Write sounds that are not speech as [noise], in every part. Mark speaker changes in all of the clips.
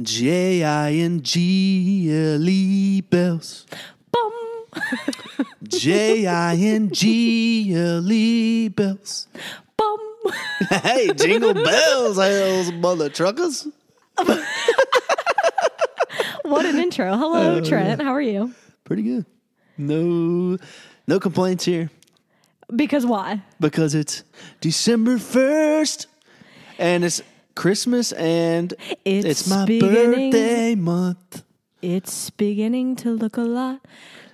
Speaker 1: J I N G L E bells.
Speaker 2: Bum.
Speaker 1: J I N G L E bells.
Speaker 2: Bum.
Speaker 1: [laughs]
Speaker 2: [laughs]
Speaker 1: Hey, jingle bells, hells, mother truckers.
Speaker 2: What an intro. Hello,
Speaker 1: Oh,
Speaker 2: Trent. How are you?
Speaker 1: Pretty good. No, no complaints here
Speaker 2: Because why?
Speaker 1: because it's December first, and it's Christmas, and
Speaker 2: It's
Speaker 1: my
Speaker 2: beginning.
Speaker 1: birthday month.
Speaker 2: It's beginning to look a lot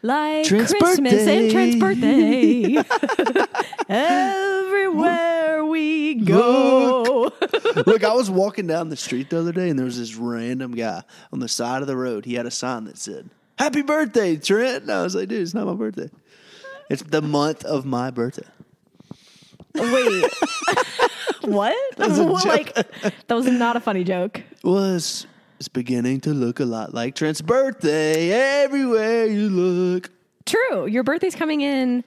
Speaker 2: like
Speaker 1: Trent's
Speaker 2: Christmas
Speaker 1: birthday.
Speaker 2: and Trent's birthday.
Speaker 1: [laughs]
Speaker 2: Everywhere we go.
Speaker 1: Look, I was walking down the street the other day, and there was this random guy on the side of the road. He had a sign that said "Happy Birthday, Trent." And I was like, "Dude, it's not my birthday. It's the month of my birthday."
Speaker 2: Wait. [laughs] what? Well, [laughs] like that was not a funny joke.
Speaker 1: [laughs] Was it's beginning to look a lot like Trent's birthday everywhere you look.
Speaker 2: True. Your birthday's coming in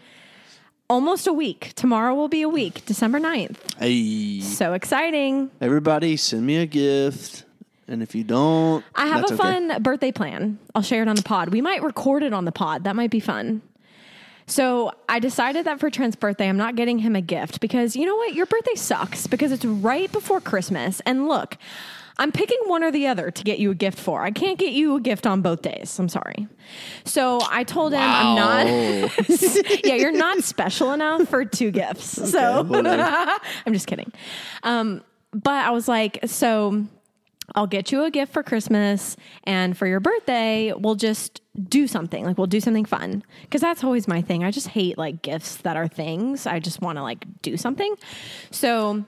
Speaker 2: almost a week. Tomorrow will be a week, December 9th.
Speaker 1: Hey,
Speaker 2: So exciting.
Speaker 1: everybody, send me a gift, and if you don't,
Speaker 2: I have
Speaker 1: that's
Speaker 2: a
Speaker 1: okay.
Speaker 2: fun birthday plan. I'll share it on the pod. We might record it on the pod. That might be fun. So I decided that for Trent's birthday, I'm not getting him a gift because you know what? Your birthday sucks because it's right before Christmas. And look, I'm picking one or the other to get you a gift for. I can't get you a gift on both days. I'm sorry. So I told him I'm not. [laughs] yeah, you're not special enough for two gifts. so [laughs] I'm just kidding. Um, but I was like, so I'll get you a gift for Christmas and for your birthday, we'll just do something. Like we'll do something fun. Cause that's always my thing. I just hate like gifts that are things. I just want to like do something. So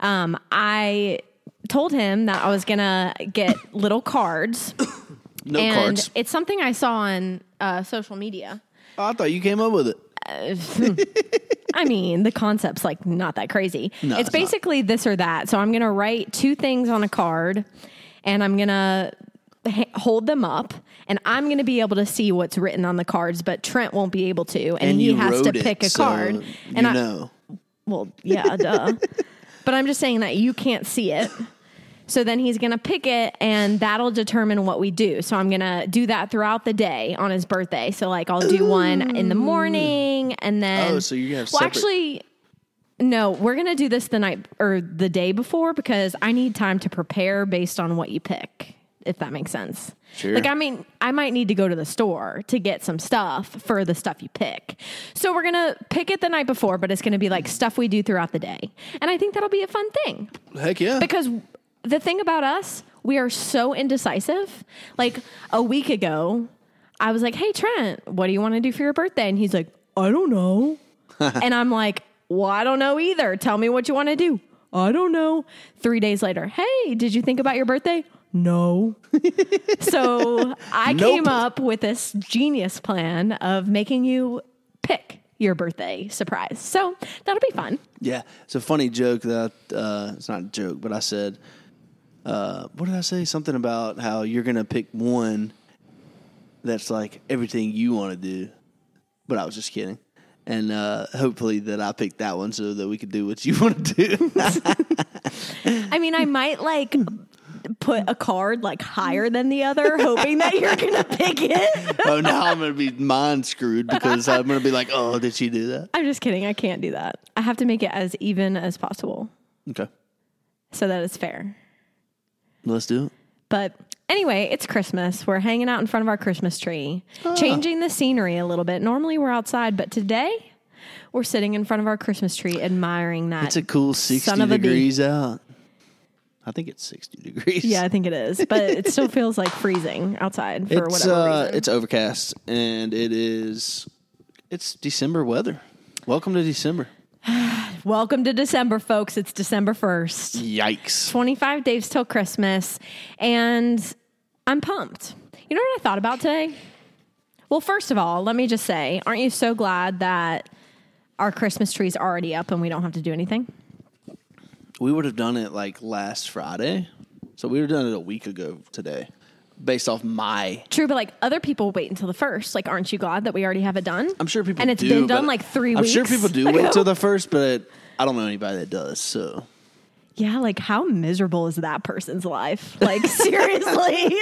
Speaker 2: um I told him that I was gonna get little cards.
Speaker 1: no
Speaker 2: and
Speaker 1: cards.
Speaker 2: it's something I saw on uh, social media.
Speaker 1: I thought you came up with it.
Speaker 2: I mean, the concept's like not that crazy.
Speaker 1: No,
Speaker 2: it's
Speaker 1: it's not.
Speaker 2: basically this or that. So I'm going to write two things on a card and I'm going to h- hold them up and I'm going to be able to see what's written on the cards, but Trent won't be able to. And, he
Speaker 1: you
Speaker 2: has to
Speaker 1: wrote it,
Speaker 2: pick a
Speaker 1: so
Speaker 2: card.
Speaker 1: You
Speaker 2: And I,
Speaker 1: know,
Speaker 2: well,
Speaker 1: [laughs]
Speaker 2: yeah, duh. But I'm just saying that you can't see it. So then he's going to pick it and that'll determine what we do. So I'm going to do that throughout the day on his birthday. So like I'll do one in the morning and then
Speaker 1: Oh, so you're gonna have
Speaker 2: Well,
Speaker 1: separate-
Speaker 2: actually no, we're going to do this the night or the day before because I need time to prepare based on what you pick. If that makes sense.
Speaker 1: Sure.
Speaker 2: Like I mean, I might need to go to the store to get some stuff for the stuff you pick. So we're gonna pick it the night before, but it's gonna be like stuff we do throughout the day. And I think that'll be a fun thing.
Speaker 1: heck yeah.
Speaker 2: Because the thing about us, we are so indecisive. Like a week ago, I was like, Hey, Trent, what do you want to do for your birthday? And he's like, I
Speaker 1: [laughs]
Speaker 2: don't know. and I'm like, Well, I don't know either. Tell me what you want to do. I don't know. Three days later, Hey, did you think about your birthday?
Speaker 1: [laughs]
Speaker 2: No. so I
Speaker 1: Nope.
Speaker 2: came up with this genius plan of making you pick your birthday surprise. So that'll be fun.
Speaker 1: Yeah, it's a funny joke that uh, it's not a joke, but I said, uh, what did I say? Something about how you're gonna pick one that's like everything you want to do, but I was just kidding, and uh, hopefully that I picked that one so that we could do what you [laughs] want to do.
Speaker 2: I mean, I might like put a card like higher than the other, hoping that you're gonna pick it.
Speaker 1: oh, now I'm gonna be mind screwed because I'm gonna be like, oh, did she do that?
Speaker 2: [laughs] I'm just kidding. I can't do that. I have to make it as even as possible
Speaker 1: Okay,
Speaker 2: so that it's fair.
Speaker 1: let's do it.
Speaker 2: But anyway, it's Christmas. We're hanging out in front of our Christmas tree, changing the scenery a little bit. Normally we're outside, but today we're sitting in front of our Christmas tree admiring that.
Speaker 1: It's a cool
Speaker 2: Son
Speaker 1: 60
Speaker 2: of a bee.
Speaker 1: degrees out. I think it's 60 degrees.
Speaker 2: yeah, I think it is, but it still feels like freezing outside for
Speaker 1: it's
Speaker 2: whatever
Speaker 1: uh,
Speaker 2: reason.
Speaker 1: it's overcast and it is it's December weather. Welcome to December.
Speaker 2: Welcome to December, folks. It's December 1st.
Speaker 1: Yikes!
Speaker 2: 25 days till Christmas, and I'm pumped. You know what I thought about today? Well, first of all, let me just say, aren't you so glad that our Christmas tree's already up and we don't have to do anything?
Speaker 1: We would have done it like last Friday, so we would have done it a week ago today, based off my.
Speaker 2: True, but like other people wait until the first. Like, aren't you glad that we already have it done?
Speaker 1: I'm sure people
Speaker 2: and it's
Speaker 1: do,
Speaker 2: been
Speaker 1: but
Speaker 2: done like 3
Speaker 1: I'm
Speaker 2: weeks.
Speaker 1: sure people do wait till the first, but I don't know anybody that does. So
Speaker 2: [laughs] Yeah, like how miserable is that person's life? Like [laughs] seriously,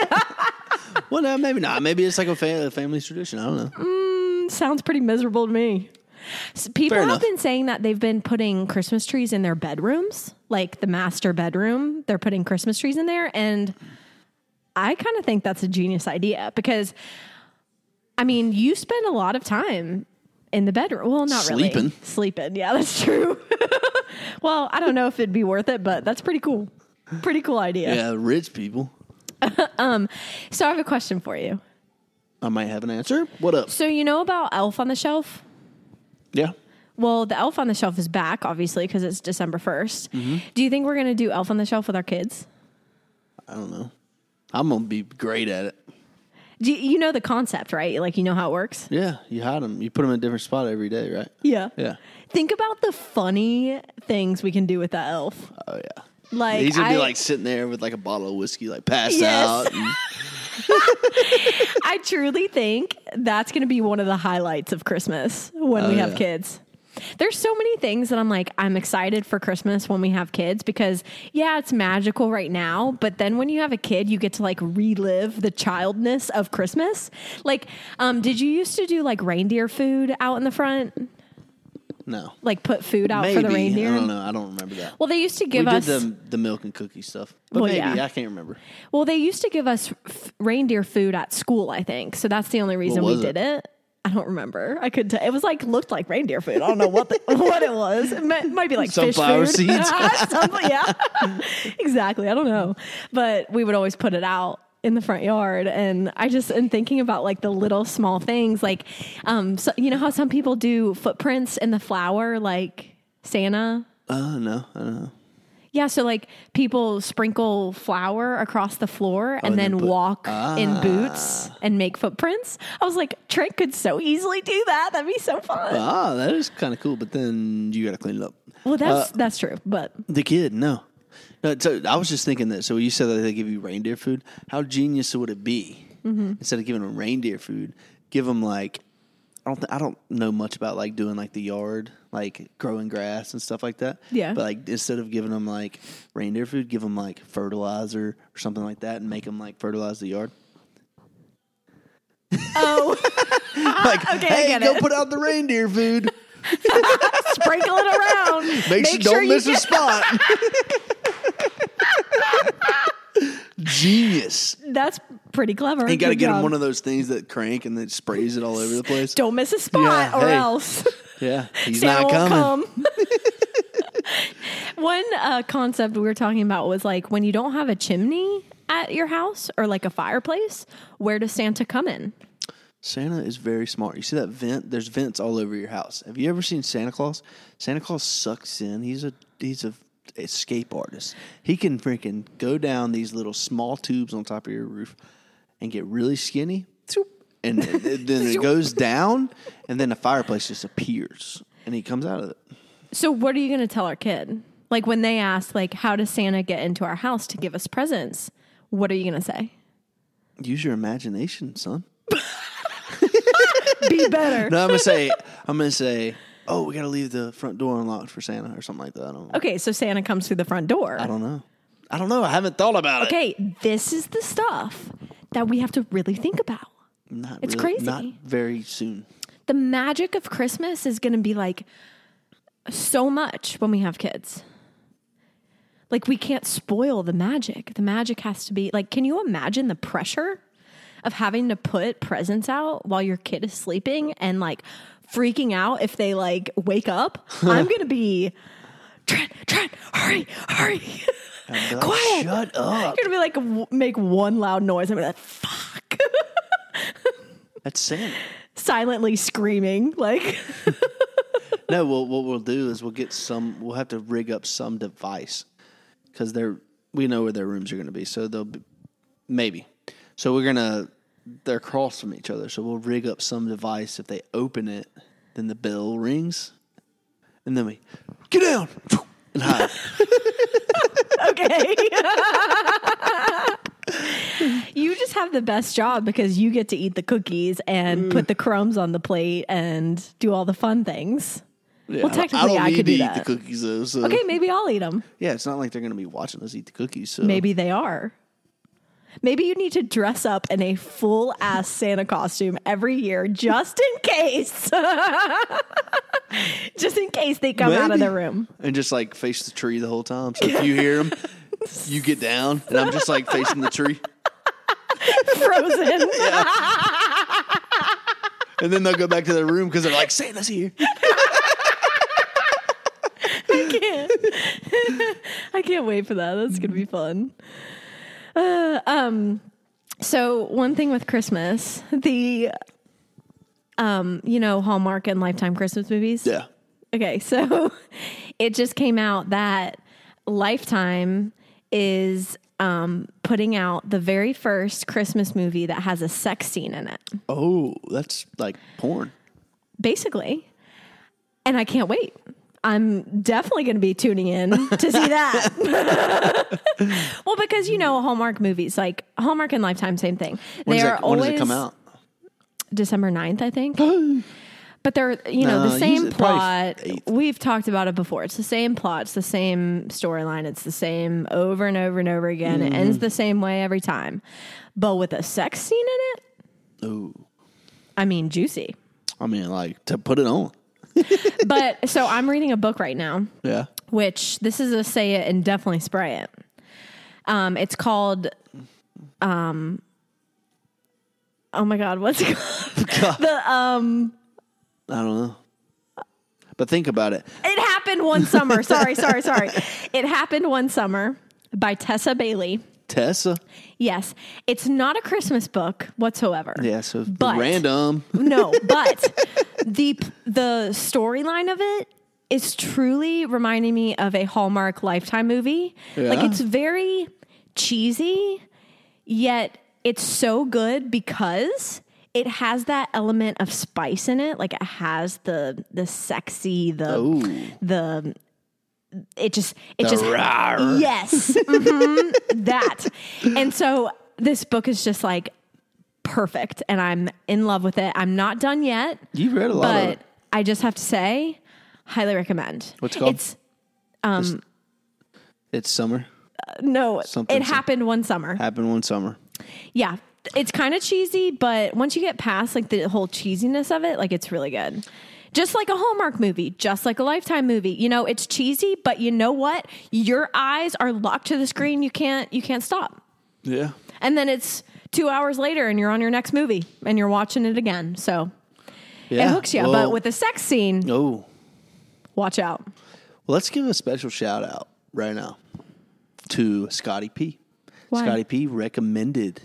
Speaker 1: Well, no, maybe not. Maybe it's like a, fa- a family tradition. I don't know.
Speaker 2: sounds pretty miserable to me. S- People
Speaker 1: Fair
Speaker 2: have
Speaker 1: enough.
Speaker 2: been saying that they've been putting Christmas trees in their bedrooms, like the master bedroom. They're putting Christmas trees in there, and I kind of think that's a genius idea because, I mean, you spend a lot of time in the bedroom. Well, not
Speaker 1: Sleeping.
Speaker 2: really sleeping. Yeah, [laughs] that's true. well, I don't know if it'd be worth it, but that's pretty cool. Pretty cool idea.
Speaker 1: Yeah, rich people.
Speaker 2: So I have a question for you.
Speaker 1: I might have an answer. What up?
Speaker 2: So you know about Elf on the Shelf?
Speaker 1: Yeah.
Speaker 2: Well, the Elf on the Shelf is back, obviously, because it's December 1st. Do you think we're going to do Elf on the Shelf with our kids?
Speaker 1: I don't know. I'm gonna be great at it.
Speaker 2: Do you, you know the concept, right? Like, you know how it works?
Speaker 1: Yeah, you hide them. You put them in a different spot every day, right?
Speaker 2: Yeah.
Speaker 1: Yeah.
Speaker 2: Think about the funny things we can do with that elf.
Speaker 1: Oh yeah.
Speaker 2: Like,
Speaker 1: He's gonna
Speaker 2: I,
Speaker 1: be like sitting there with like a bottle of whiskey, like passed
Speaker 2: Yes.
Speaker 1: out.
Speaker 2: [laughs]
Speaker 1: and-
Speaker 2: I truly think that's going to be one of the highlights of Christmas when we have
Speaker 1: Oh, yeah.
Speaker 2: kids. There's so many things that I'm like, I'm excited for Christmas when we have kids because, yeah, it's magical right now. But then when you have a kid, you get to like relive the childness of Christmas. Like, um, did you used to do like reindeer food out in the front?
Speaker 1: no.
Speaker 2: Like, put food out
Speaker 1: maybe
Speaker 2: for the reindeer?
Speaker 1: I don't know. I don't remember that.
Speaker 2: Well, they used to
Speaker 1: we
Speaker 2: give
Speaker 1: did
Speaker 2: us.
Speaker 1: the the milk and cookie stuff, but
Speaker 2: Well,
Speaker 1: maybe
Speaker 2: yeah.
Speaker 1: I can't remember.
Speaker 2: Well, they used to give us f- reindeer food at school, I think. So that's the only reason we
Speaker 1: was it?
Speaker 2: did it. I don't remember. I could tell. It was like looked like reindeer food. I don't
Speaker 1: [laughs]
Speaker 2: know what the, what it was. It might, might be like
Speaker 1: Sunflower
Speaker 2: fish food.
Speaker 1: seeds.
Speaker 2: [laughs] Something- yeah, [laughs] exactly. I don't know, but we would always put it out in the front yard, and I just am thinking about like the little small things, like um, so, you know how some people do footprints in the flour, like Santa
Speaker 1: Uh no, I don't know.
Speaker 2: yeah, so like people sprinkle flour across the floor and,
Speaker 1: and
Speaker 2: then
Speaker 1: then put-
Speaker 2: walk in
Speaker 1: Ah.
Speaker 2: boots and make footprints. I was like, Trent could so easily do that. That'd be so fun.
Speaker 1: Ah, that is kind of cool, but then you got to clean it up.
Speaker 2: well, that's
Speaker 1: uh,
Speaker 2: that's true,
Speaker 1: [laughs]
Speaker 2: but
Speaker 1: The kid, no. No, so I was just thinking that. So you said that they give you reindeer food. How genius would it be
Speaker 2: Mm-hmm.
Speaker 1: instead of giving them reindeer food, give them like I don't th- I don't know much about like doing like the yard, like growing grass and stuff like that.
Speaker 2: Yeah.
Speaker 1: But like instead of giving them like reindeer food, give them like fertilizer or something like that, and make them like fertilize the yard.
Speaker 2: oh,
Speaker 1: [laughs] Like,
Speaker 2: okay, I
Speaker 1: hey,
Speaker 2: get
Speaker 1: go
Speaker 2: it."
Speaker 1: put out the reindeer food.
Speaker 2: [laughs] sprinkle it around.
Speaker 1: [laughs] Make, sure, don't miss
Speaker 2: you
Speaker 1: a
Speaker 2: get-
Speaker 1: spot.
Speaker 2: [laughs]
Speaker 1: Genius.
Speaker 2: That's pretty clever.
Speaker 1: You got to
Speaker 2: Good
Speaker 1: get him
Speaker 2: job.
Speaker 1: one of those things that crank and that sprays it all over the place.
Speaker 2: Don't miss a spot
Speaker 1: Yeah,
Speaker 2: or
Speaker 1: hey.
Speaker 2: else.
Speaker 1: Yeah, he's
Speaker 2: Santa
Speaker 1: not
Speaker 2: won't
Speaker 1: coming. [laughs]
Speaker 2: come. One uh, concept we were talking about was like when you don't have a chimney at your house or like a fireplace, where does Santa come in?
Speaker 1: Santa is very smart. You see that vent? There's vents all over your house. Have you ever seen Santa Claus? Santa Claus sucks in. He's a he's a escape artist. He can freaking go down these little small tubes on top of your roof and get really skinny. Zoop. And then then it goes down, and then the fireplace just appears, and he comes out of it.
Speaker 2: So what are you going to tell our kid? Like when they ask like how does Santa get into our house to give us presents? What are you going to say?
Speaker 1: Use your imagination, son. [laughs]
Speaker 2: Be better.
Speaker 1: No, I'm gonna say I'm gonna say, oh, we gotta leave the front door unlocked for Santa or something like that. I don't,
Speaker 2: Okay, so Santa comes through the front door.
Speaker 1: I don't know. I don't know. I haven't thought about it.
Speaker 2: Okay, this is the stuff that we have to really think about.
Speaker 1: Not
Speaker 2: It's
Speaker 1: really-
Speaker 2: crazy.
Speaker 1: Not very soon.
Speaker 2: The magic of Christmas is going to be like so much when we have kids. Like we can't spoil the magic. The magic has to be like can you imagine the pressure of having to put presents out while your kid is sleeping and like freaking out if they like wake up? I'm going to be Trent, Trent, hurry, hurry. [laughs]
Speaker 1: I'd be like,
Speaker 2: Quiet.
Speaker 1: Shut up.
Speaker 2: You're going to be like w- make one loud noise. I'm going to be like fuck. [laughs]
Speaker 1: That's Santa.
Speaker 2: Silently screaming like
Speaker 1: No, well, what we'll do is we'll get some. We'll have to rig up some device because they're we know where their rooms are going to be, so they'll be maybe. So we're gonna they're across from each other, so we'll rig up some device. If they open it, then the bell rings, and then we get down and hide.
Speaker 2: okay. you just have the best job because you get to eat the cookies and put the crumbs on the plate and do all the fun things.
Speaker 1: Yeah,
Speaker 2: well,
Speaker 1: I-
Speaker 2: technically,
Speaker 1: I don't
Speaker 2: I
Speaker 1: need
Speaker 2: could
Speaker 1: to
Speaker 2: do
Speaker 1: eat
Speaker 2: that.
Speaker 1: the cookies though. So
Speaker 2: Okay, maybe I'll eat them.
Speaker 1: yeah, it's not like they're going to be watching us eat the cookies. So
Speaker 2: Maybe they are. Maybe you need to dress up in a full ass Santa costume every year just in case. [laughs] just in case they come out of
Speaker 1: Maybe.
Speaker 2: the room.
Speaker 1: and just like face the tree the whole time. So if you
Speaker 2: [laughs]
Speaker 1: hear them, you get down, and I'm just like facing the tree,
Speaker 2: Frozen.
Speaker 1: and then they'll go back to their room because they're like Santa's here.
Speaker 2: can't. [laughs] I can't wait for that. That's gonna be fun. Uh, um, so one thing with Christmas, the um, you know, Hallmark and Lifetime Christmas movies.
Speaker 1: Yeah,
Speaker 2: Okay, so [laughs] it just came out that Lifetime is um putting out the very first Christmas movie that has a sex scene in it,
Speaker 1: Oh, that's like porn.
Speaker 2: basically. And I can't wait. I'm definitely going to be tuning in to see that.
Speaker 1: [laughs]
Speaker 2: [laughs] well, because you know Hallmark movies, like Hallmark and Lifetime, same thing.
Speaker 1: When,
Speaker 2: they
Speaker 1: does
Speaker 2: are
Speaker 1: that, when
Speaker 2: always
Speaker 1: does it come out?
Speaker 2: December 9th,
Speaker 1: [gasps]
Speaker 2: I think. but they're you know
Speaker 1: No,
Speaker 2: the same
Speaker 1: usually- probably
Speaker 2: plot.
Speaker 1: eighth.
Speaker 2: We've talked about it before. It's the same plot. It's the same storyline. It's the same over and over and over again. It ends
Speaker 1: Mm-hmm.
Speaker 2: the same way every time, but with a sex scene in it.
Speaker 1: Oh,
Speaker 2: I mean, juicy.
Speaker 1: I mean, like to put it on.
Speaker 2: but so I'm reading a book right now
Speaker 1: Yeah.
Speaker 2: which this is a say it and definitely spray it. Um, it's called, um, oh my god, what's it called? [laughs]
Speaker 1: I don't know. But think about it.
Speaker 2: It happened one summer. Sorry,
Speaker 1: [laughs]
Speaker 2: sorry, sorry. It happened one summer by Tessa Bailey.
Speaker 1: Tessa.
Speaker 2: Yes, it's not a Christmas book whatsoever.
Speaker 1: Yeah, so
Speaker 2: But-
Speaker 1: random.
Speaker 2: No, but the the storyline of it is truly reminding me of a Hallmark Lifetime movie. Like
Speaker 1: Yeah.
Speaker 2: it's very cheesy, yet it's so good because it has that element of spice in it. Like it has the the sexy, the
Speaker 1: Ooh.
Speaker 2: the it just it
Speaker 1: The
Speaker 2: just
Speaker 1: rawr.
Speaker 2: [laughs] yes mhm, that and so this book is just like perfect and i'm in love with it i'm not done yet
Speaker 1: You've read a lot of
Speaker 2: but
Speaker 1: it.
Speaker 2: i just have to say highly recommend
Speaker 1: What's it called?
Speaker 2: it's
Speaker 1: It's summer.
Speaker 2: no
Speaker 1: Something-
Speaker 2: it happened one summer
Speaker 1: Happened one summer.
Speaker 2: yeah it's kind of cheesy but once you get past like the whole cheesiness of it like it's really good just like a Hallmark movie, just like a Lifetime movie. You know, it's cheesy, but you know what? Your eyes are locked to the screen. You can't you can't stop.
Speaker 1: Yeah.
Speaker 2: And then it's two hours later and you're on your next movie and you're watching it again. So
Speaker 1: Yeah.
Speaker 2: it hooks you.
Speaker 1: Well,
Speaker 2: but with the sex scene,
Speaker 1: Oh. Well,
Speaker 2: watch out.
Speaker 1: let's give a special shout out right now to Scotty P.
Speaker 2: Why?
Speaker 1: Scotty P recommended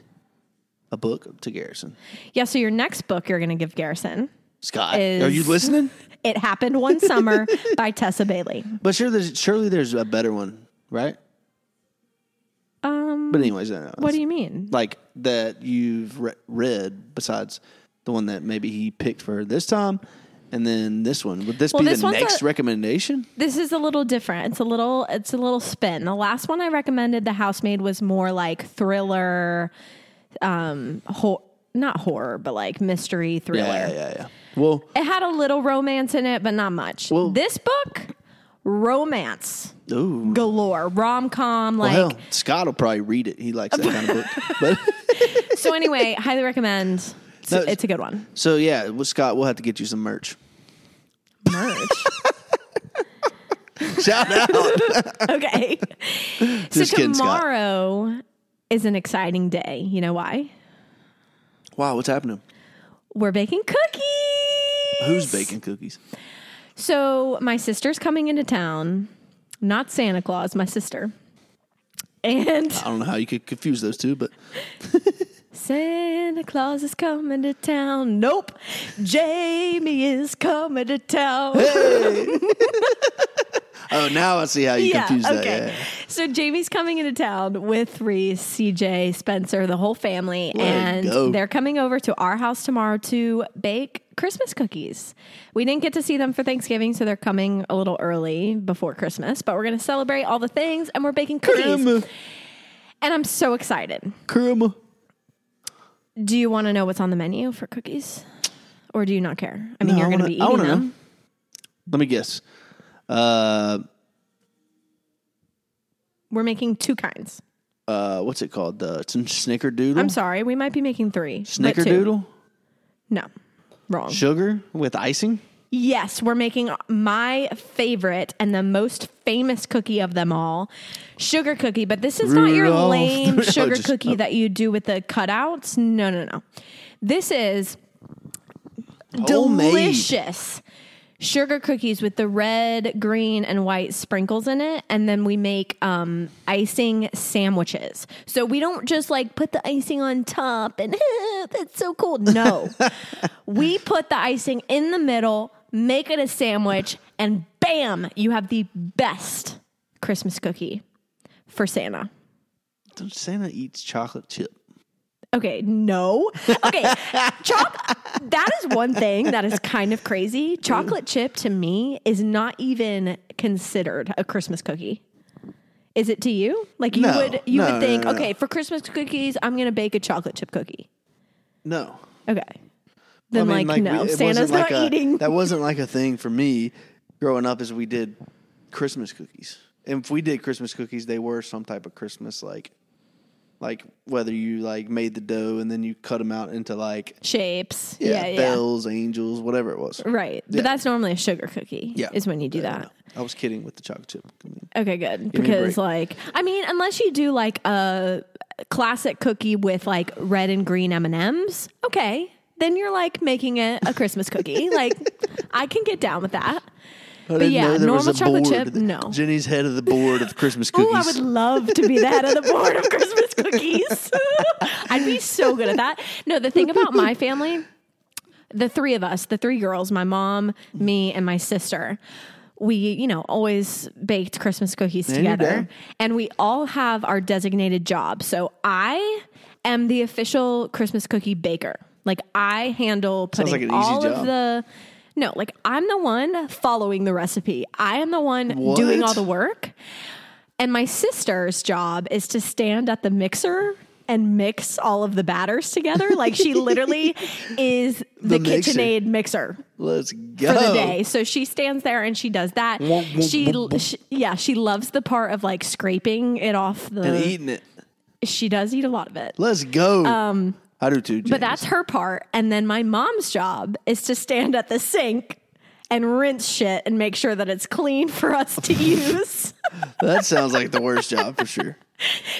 Speaker 1: a book to Garrison.
Speaker 2: Yeah, so your next book you're going to give Garrison.
Speaker 1: Scott,
Speaker 2: Is-
Speaker 1: are you listening?
Speaker 2: It
Speaker 1: [laughs]
Speaker 2: Happened One Summer by Tessa Bailey.
Speaker 1: But sure, there's, surely there's a better one, right? Um. But anyways, I know.
Speaker 2: What do you mean?
Speaker 1: like that you've re- read besides the one that maybe he picked for her this time and then this one would this
Speaker 2: Well,
Speaker 1: be
Speaker 2: this
Speaker 1: the
Speaker 2: one's
Speaker 1: next
Speaker 2: a-
Speaker 1: recommendation
Speaker 2: This is a little different. It's a little it's a little spin. The last one I recommended, The Housemaid, was more like thriller, um, hor- not horror, but like mystery thriller.
Speaker 1: yeah yeah yeah well
Speaker 2: It had a little romance in it, but not much.
Speaker 1: Well-
Speaker 2: this book, romance.
Speaker 1: ooh
Speaker 2: galore rom com like
Speaker 1: well, hell, Scott will probably read it. He likes that kind of book. But
Speaker 2: [laughs] so anyway highly recommend it's,
Speaker 1: No,
Speaker 2: it's a good one
Speaker 1: so yeah, well, Scott, we'll have to get you some merch.
Speaker 2: merch
Speaker 1: [laughs] Shout out! [laughs]
Speaker 2: okay so
Speaker 1: Just kidding, Scott.
Speaker 2: tomorrow is an exciting day you know why
Speaker 1: Wow, what's happening?
Speaker 2: we're baking cookies
Speaker 1: Who's baking cookies?
Speaker 2: so my sister's coming into town not santa claus my sister and
Speaker 1: I don't know how you could confuse those two, but
Speaker 2: Santa Claus is coming to town. Nope. Jamie is coming to town.
Speaker 1: oh, now I see how you confuse that. Yeah.
Speaker 2: So Jamie's coming into town with Reese, CJ, Spencer, the whole family,
Speaker 1: Way to
Speaker 2: and
Speaker 1: go.
Speaker 2: they're coming over to our house tomorrow to bake Christmas cookies. We didn't get to see them for Thanksgiving, so they're coming a little early before Christmas, but we're going to celebrate all the things and we're baking cookies.
Speaker 1: Grandma,
Speaker 2: And I'm so excited.
Speaker 1: grandma.
Speaker 2: Do you want to know what's on the menu for cookies? Or do you not care? I mean,
Speaker 1: No,
Speaker 2: you're
Speaker 1: I
Speaker 2: going to
Speaker 1: wanna-
Speaker 2: be
Speaker 1: I
Speaker 2: eating
Speaker 1: wanna know.
Speaker 2: them.
Speaker 1: Let me guess. Uh,
Speaker 2: We're making two kinds.
Speaker 1: uh, what's it called? The it's a snickerdoodle.
Speaker 2: I'm sorry, we might be making three. but two.
Speaker 1: Snickerdoodle.
Speaker 2: No, wrong.
Speaker 1: Sugar with icing.
Speaker 2: Yes, we're making my favorite and the most famous cookie of them all, sugar cookie. But this is not your
Speaker 1: Rudolph. [laughs]
Speaker 2: lame
Speaker 1: No,
Speaker 2: sugar
Speaker 1: just-
Speaker 2: cookie that you do with the cutouts. No, no, no. This is
Speaker 1: Homemade.
Speaker 2: delicious sugar cookies with the red, green, and white sprinkles in it. And then we make um, icing sandwiches. So we don't just like put the icing on top and [laughs] that's so cool. No, we put the icing in the middle, make it a sandwich, and bam, you have the best Christmas cookie for Santa.
Speaker 1: Santa eats chocolate chip.
Speaker 2: Okay, no. Okay, choc- that is one thing that is kind of crazy. Chocolate chip to me is not even considered a Christmas cookie. Is it to you? Like you
Speaker 1: No,
Speaker 2: would you
Speaker 1: no,
Speaker 2: would
Speaker 1: no,
Speaker 2: think,
Speaker 1: no, no.
Speaker 2: okay, for Christmas cookies, I'm going to bake a chocolate chip cookie.
Speaker 1: No.
Speaker 2: Okay. Then
Speaker 1: I mean,
Speaker 2: like, no,
Speaker 1: we- it
Speaker 2: Santa's
Speaker 1: wasn't like
Speaker 2: not
Speaker 1: a-
Speaker 2: eating.
Speaker 1: That wasn't like a thing for me growing up. As we did Christmas cookies, and if we did Christmas cookies, they were some type of Christmas like, like whether you like made the dough and then you cut them out into like
Speaker 2: Shapes.
Speaker 1: yeah,
Speaker 2: Yeah, yeah.
Speaker 1: bells, angels, whatever it was.
Speaker 2: Right.
Speaker 1: Yeah.
Speaker 2: But that's normally a sugar cookie.
Speaker 1: Yeah,
Speaker 2: Is when you do
Speaker 1: Yeah,
Speaker 2: that.
Speaker 1: no. I was kidding with the chocolate chip.
Speaker 2: Okay, good.
Speaker 1: me a
Speaker 2: Because
Speaker 1: break.
Speaker 2: like I mean, unless you do like a classic cookie with like red and green M&Ms, okay, then you're like making it a
Speaker 1: [laughs]
Speaker 2: Christmas cookie. like I can get down with that.
Speaker 1: I didn't
Speaker 2: yeah,
Speaker 1: know there was
Speaker 2: normal
Speaker 1: a
Speaker 2: chocolate
Speaker 1: board.
Speaker 2: chip, no.
Speaker 1: Jenny's head of the board of Christmas
Speaker 2: [laughs] Ooh, I
Speaker 1: cookies.
Speaker 2: would love to be the head of the board of Christmas cookies. [laughs] I'd be so good at that. No, the thing about my family, the three of us, the three girls, my mom, me, and my sister, we, you know, always baked Christmas cookies
Speaker 1: your
Speaker 2: together.
Speaker 1: dad.
Speaker 2: And we all have our designated job. So I am the official Christmas cookie baker. Like I handle putting
Speaker 1: like an easy
Speaker 2: all of
Speaker 1: job.
Speaker 2: the no, like I'm the one following the recipe. I am the one doing
Speaker 1: What?
Speaker 2: all the work. And my sister's job is to stand at the mixer and mix all of the batters together. Like
Speaker 1: [laughs]
Speaker 2: she literally is the,
Speaker 1: The mixer.
Speaker 2: KitchenAid mixer
Speaker 1: Let's go.
Speaker 2: for the day. So she stands there and she does that.
Speaker 1: Womp, womp,
Speaker 2: She,
Speaker 1: womp, womp.
Speaker 2: she yeah, she loves the part of like scraping it off the
Speaker 1: And eating it.
Speaker 2: she does eat a lot of it.
Speaker 1: Let's go. Um, I do too.
Speaker 2: But that's her part. And then my mom's job is to stand at the sink and rinse shit and make sure that it's clean for us
Speaker 1: [laughs]
Speaker 2: to use.
Speaker 1: that sounds like the worst job for sure.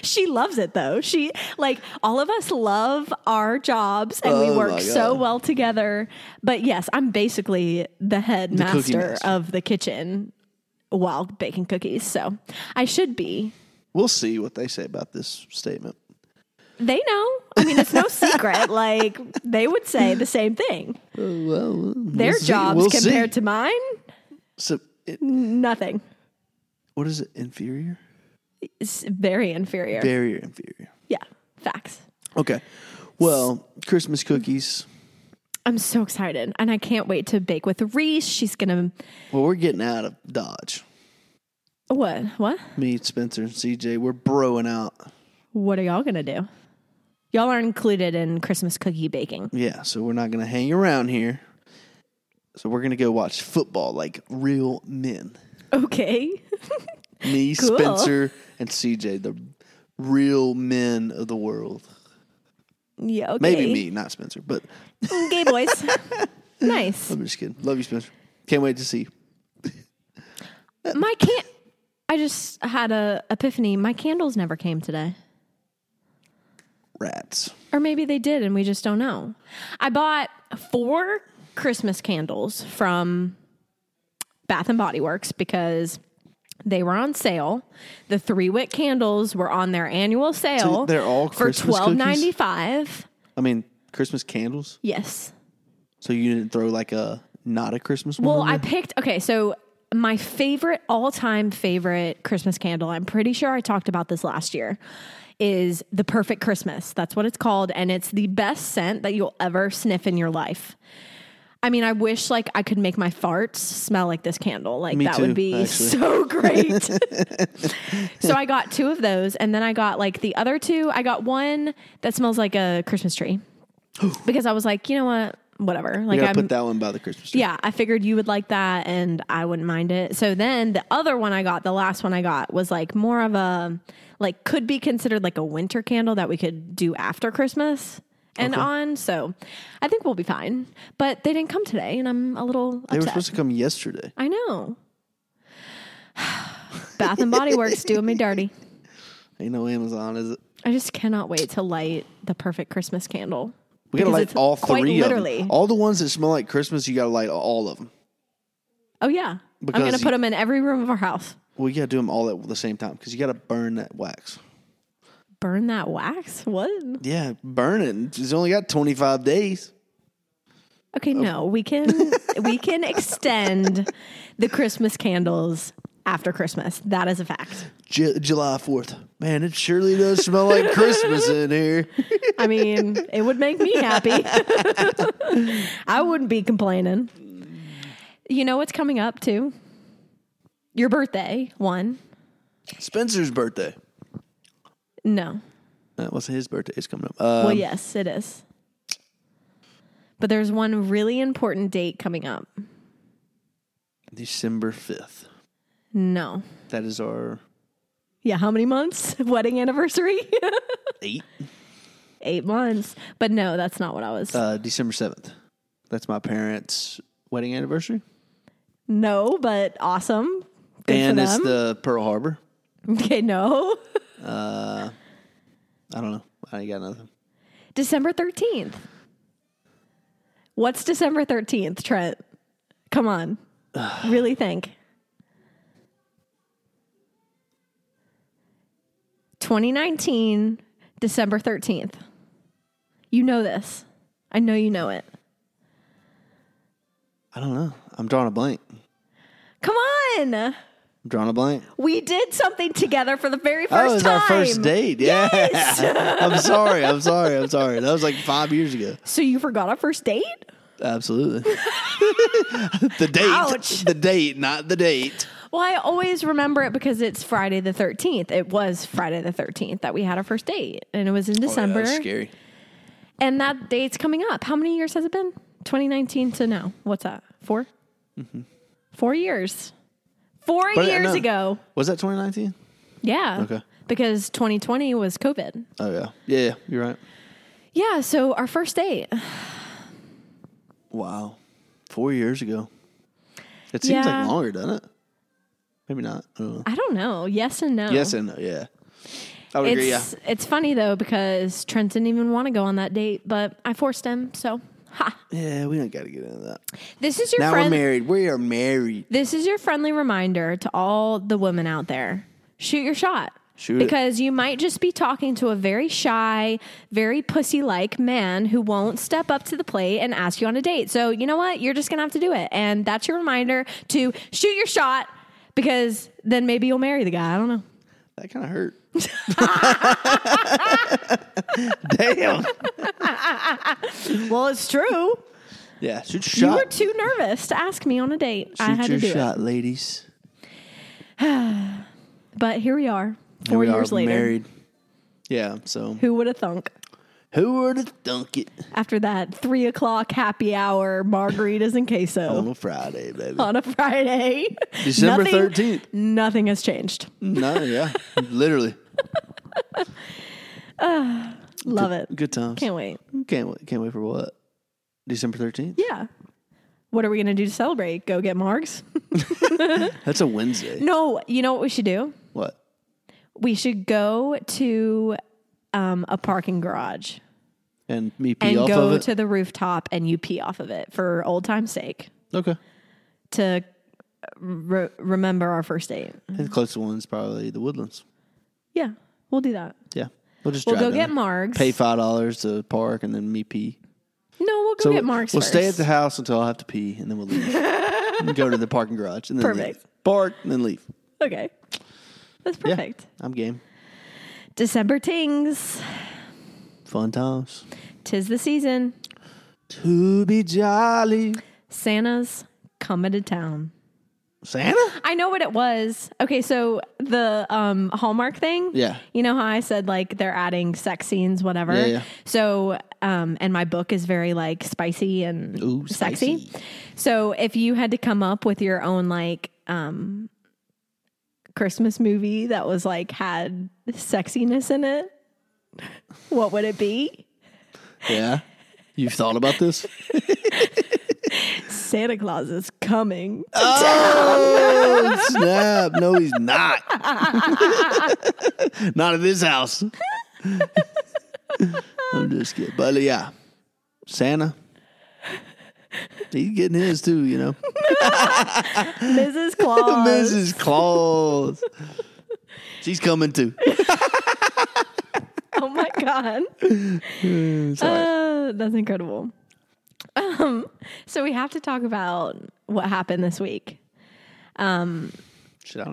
Speaker 2: she loves it though. She like all of us love our jobs and
Speaker 1: Oh,
Speaker 2: we
Speaker 1: my
Speaker 2: work so
Speaker 1: God.
Speaker 2: well together. But yes, I'm basically the head
Speaker 1: cookie
Speaker 2: master
Speaker 1: master.
Speaker 2: of the kitchen while baking cookies. So I should be.
Speaker 1: We'll see what they say about this statement.
Speaker 2: They know. I mean,
Speaker 1: [laughs]
Speaker 2: it's no secret. Like they would say the same thing.
Speaker 1: Well,
Speaker 2: Their
Speaker 1: we'll see.
Speaker 2: jobs
Speaker 1: We'll
Speaker 2: compared
Speaker 1: see.
Speaker 2: to mine,
Speaker 1: So it,
Speaker 2: nothing.
Speaker 1: what is it? Inferior,
Speaker 2: It's very inferior.
Speaker 1: barrier, inferior.
Speaker 2: yeah, facts.
Speaker 1: Okay. Well, Christmas cookies.
Speaker 2: I'm so excited, and I can't wait to bake with Reese. She's gonna
Speaker 1: Well, we're getting out of Dodge.
Speaker 2: what? What?
Speaker 1: Me, Spencer, and CJ, we're broing out.
Speaker 2: What are y'all gonna do? Y'all are included in Christmas cookie baking.
Speaker 1: Yeah, so we're not gonna hang around here. So we're gonna go watch football like real men.
Speaker 2: Okay.
Speaker 1: Me,
Speaker 2: Cool.
Speaker 1: Spencer, and CJ, the real men of the world.
Speaker 2: Yeah. Okay. Mm,
Speaker 1: Maybe me, not Spencer, but
Speaker 2: Gay boys.
Speaker 1: [laughs]
Speaker 2: nice.
Speaker 1: I'm just kidding. Love you, Spencer. Can't wait to see. you.
Speaker 2: My can. I just had a epiphany. My candles never came today.
Speaker 1: Rats.
Speaker 2: Or maybe they did and we just don't know. I bought four Christmas candles from Bath and Body Works because they were on sale. The three wick candles were on their annual sale.
Speaker 1: they're all
Speaker 2: for
Speaker 1: Christmas
Speaker 2: twelve ninety five.
Speaker 1: I mean, Christmas candles.
Speaker 2: Yes.
Speaker 1: So you didn't throw like a not a Christmas one?
Speaker 2: Well,
Speaker 1: on
Speaker 2: I
Speaker 1: there?
Speaker 2: picked okay, so my favorite all time favorite Christmas candle, I'm pretty sure I talked about this last year, is the perfect Christmas. That's what it's called, and it's the best scent that you'll ever sniff in your life. I mean, I wish like I could make my farts smell like this candle. Like
Speaker 1: Me
Speaker 2: that
Speaker 1: too,
Speaker 2: would be [laughs]
Speaker 1: actually. [laughs]
Speaker 2: so great. so I got two of those, and then I got like
Speaker 1: [gasps]
Speaker 2: the other two. I got one that smells like a Christmas tree because I was like, you know what? whatever.
Speaker 1: We
Speaker 2: Like
Speaker 1: gotta
Speaker 2: I'm
Speaker 1: put that one by the Christmas tree.
Speaker 2: yeah, I figured you would like that and I wouldn't mind it. So then the other one I got, the last one I got was like more of a like could be considered like a winter candle that we could do after Christmas and on. So I think we'll be fine. But they didn't come today and I'm a little
Speaker 1: They were
Speaker 2: upset.
Speaker 1: supposed to come yesterday.
Speaker 2: I know. [sighs] Bath and Body Works doing me dirty.
Speaker 1: Ain't no Amazon, is it?
Speaker 2: I just cannot wait to light the perfect Christmas candle.
Speaker 1: We gotta
Speaker 2: Because
Speaker 1: light
Speaker 2: it's
Speaker 1: all
Speaker 2: quite
Speaker 1: three
Speaker 2: literally.
Speaker 1: of them. All the ones that smell like Christmas, you gotta light all of them.
Speaker 2: Oh yeah.
Speaker 1: Because
Speaker 2: I'm going
Speaker 1: you-
Speaker 2: to put them in every room of our house.
Speaker 1: Well, you gotta do them all at the same time because you gotta burn that wax.
Speaker 2: Burn that wax? What?
Speaker 1: Yeah, burn it. It's only got 25 days.
Speaker 2: Okay, no, we can we can extend the Christmas candles after Christmas. That is a fact.
Speaker 1: Ju- July 4th. Man, it surely does smell
Speaker 2: [laughs]
Speaker 1: like Christmas in here.
Speaker 2: I mean, it would make me happy. I wouldn't be complaining. You know what's coming up too? Your birthday, one.
Speaker 1: Spencer's birthday.
Speaker 2: No.
Speaker 1: Uh, what's his birthday? It's coming up. Uh,
Speaker 2: Well, yes, it is. But there's one really important date coming up.
Speaker 1: December 5th.
Speaker 2: No.
Speaker 1: That is our
Speaker 2: Yeah, how many months? [laughs] Wedding anniversary? [laughs]
Speaker 1: 8th.
Speaker 2: Eight months. But no, that's not what I was.
Speaker 1: Uh, December 7th. That's my parents' wedding anniversary.
Speaker 2: No, but awesome. Good
Speaker 1: and
Speaker 2: for
Speaker 1: it's
Speaker 2: them.
Speaker 1: the Pearl Harbor.
Speaker 2: [laughs] okay, no.
Speaker 1: I don't know. I ain't got nothing.
Speaker 2: December 13th. What's December 13th, Trent?
Speaker 1: [sighs]
Speaker 2: Come on. really think. 2019, December 13th. You know this. I know you know it.
Speaker 1: I don't know. I'm drawing a blank.
Speaker 2: Come on.
Speaker 1: I'm drawing a blank.
Speaker 2: We did something together for the very
Speaker 1: Oh, it
Speaker 2: first
Speaker 1: was our
Speaker 2: time.
Speaker 1: first date. Yeah. [laughs] I'm sorry. I'm sorry. I'm sorry. That was like five years ago.
Speaker 2: So you forgot our first date?
Speaker 1: Absolutely. [laughs] the date.
Speaker 2: Ouch.
Speaker 1: The date, not the date.
Speaker 2: Well, I always remember it because it's Friday the 13th. It was Friday the 13th that we had our first date, and it was in December.
Speaker 1: Oh, scary.
Speaker 2: and that date's coming up. How many years has it been? 2019 to now. What's that? 4 Four years. Four
Speaker 1: Mm-hmm. But, uh,
Speaker 2: years
Speaker 1: no.
Speaker 2: ago.
Speaker 1: Was that 2019?
Speaker 2: Yeah.
Speaker 1: Okay.
Speaker 2: Because 2020 was COVID.
Speaker 1: Oh, yeah. Yeah, yeah. You're right.
Speaker 2: Yeah. So our first date.
Speaker 1: Wow. Four years ago. It seems
Speaker 2: Yeah.
Speaker 1: like longer, doesn't it? Maybe not. I don't know.
Speaker 2: I don't know. Yes and no.
Speaker 1: Yes and no. Yeah. I would agree. Yeah.
Speaker 2: It's it's funny though because Trent didn't even want to go on that date, but I forced him. So ha.
Speaker 1: Yeah, we don't got to get into that.
Speaker 2: This is your
Speaker 1: Now we're
Speaker 2: friend.
Speaker 1: married. We are married.
Speaker 2: This is your friendly reminder to all the women out there. Shoot your shot.
Speaker 1: Shoot it.
Speaker 2: because you might just be talking to a very shy, very pussy like man who won't step up to the plate and ask you on a date. So, you know what? You're just going to have to do it. And that's your reminder to shoot your shot because then maybe you'll marry the guy. I don't know.
Speaker 1: That kind of hurt.
Speaker 2: [laughs]
Speaker 1: Damn.
Speaker 2: Well, it's true.
Speaker 1: Yeah, shoot your
Speaker 2: You were
Speaker 1: shot.
Speaker 2: too nervous to ask me on a date. I
Speaker 1: shoot
Speaker 2: had
Speaker 1: your
Speaker 2: to do
Speaker 1: shot, ladies.
Speaker 2: it. But here we are,
Speaker 1: Here
Speaker 2: four
Speaker 1: we
Speaker 2: years
Speaker 1: are
Speaker 2: later.
Speaker 1: married. Yeah, so
Speaker 2: Who would have thunk?
Speaker 1: who would have thunk it
Speaker 2: After that three o'clock happy hour, margaritas and queso.
Speaker 1: on a Friday, baby?
Speaker 2: [laughs] on a Friday.
Speaker 1: December
Speaker 2: Nothing-
Speaker 1: 13th.
Speaker 2: Nothing has changed.
Speaker 1: no,
Speaker 2: [laughs]
Speaker 1: yeah, literally.
Speaker 2: Love it.
Speaker 1: Good times.
Speaker 2: Can't wait.
Speaker 1: Can't wait. Can't wait for what? December 13th?
Speaker 2: Yeah. What are we going to do to celebrate? Go get margs?
Speaker 1: That's a Wednesday.
Speaker 2: no, you know what we should do?
Speaker 1: What?
Speaker 2: We should go to um, a parking garage
Speaker 1: And me pee
Speaker 2: and
Speaker 1: off
Speaker 2: go
Speaker 1: of it?
Speaker 2: to the rooftop and you pee off of it for old time's sake
Speaker 1: okay.
Speaker 2: Mm-hmm. to uh, re- remember our first date.
Speaker 1: I think the closest one's probably the Woodlands.
Speaker 2: Yeah, we'll do that.
Speaker 1: Yeah. We'll just
Speaker 2: We'll
Speaker 1: drive
Speaker 2: go get
Speaker 1: down.
Speaker 2: margs.
Speaker 1: Pay $5 to park and then me pee.
Speaker 2: no, we'll go get margs
Speaker 1: We'll
Speaker 2: first.
Speaker 1: stay at the house until I have to pee, and then we'll
Speaker 2: [laughs]
Speaker 1: leave. And go to the parking garage, and then
Speaker 2: Perfect.
Speaker 1: leave. park, and then leave.
Speaker 2: okay. That's
Speaker 1: Yeah,
Speaker 2: perfect.
Speaker 1: I'm game.
Speaker 2: December tings.
Speaker 1: Fun times.
Speaker 2: Tis the season.
Speaker 1: To be jolly.
Speaker 2: Santa's coming to town.
Speaker 1: Santa?
Speaker 2: I know what it was. Okay, so the um, Hallmark thing.
Speaker 1: Yeah.
Speaker 2: You know how I said like they're adding sex scenes, whatever.
Speaker 1: Yeah, yeah.
Speaker 2: So, um, and my book is very like spicy and
Speaker 1: Ooh,
Speaker 2: sexy.
Speaker 1: spicy.
Speaker 2: So, if you had to come up with your own like um, Christmas movie that was like had sexiness in it, what would it be?
Speaker 1: Yeah. You've thought about this?
Speaker 2: Santa Claus is
Speaker 1: [laughs]
Speaker 2: coming.
Speaker 1: Oh, [laughs] snap. No, he's not. [laughs] not at this house. [laughs] I'm just kidding. But yeah, Santa. He's getting his too, you
Speaker 2: [laughs]
Speaker 1: know.
Speaker 2: Mrs. Claus.
Speaker 1: Mrs. Claus. She's coming too.
Speaker 2: Uh. Oh my god. Uh, [laughs] that's incredible. Um, so we have to talk about what happened this week.
Speaker 1: Shit, I don't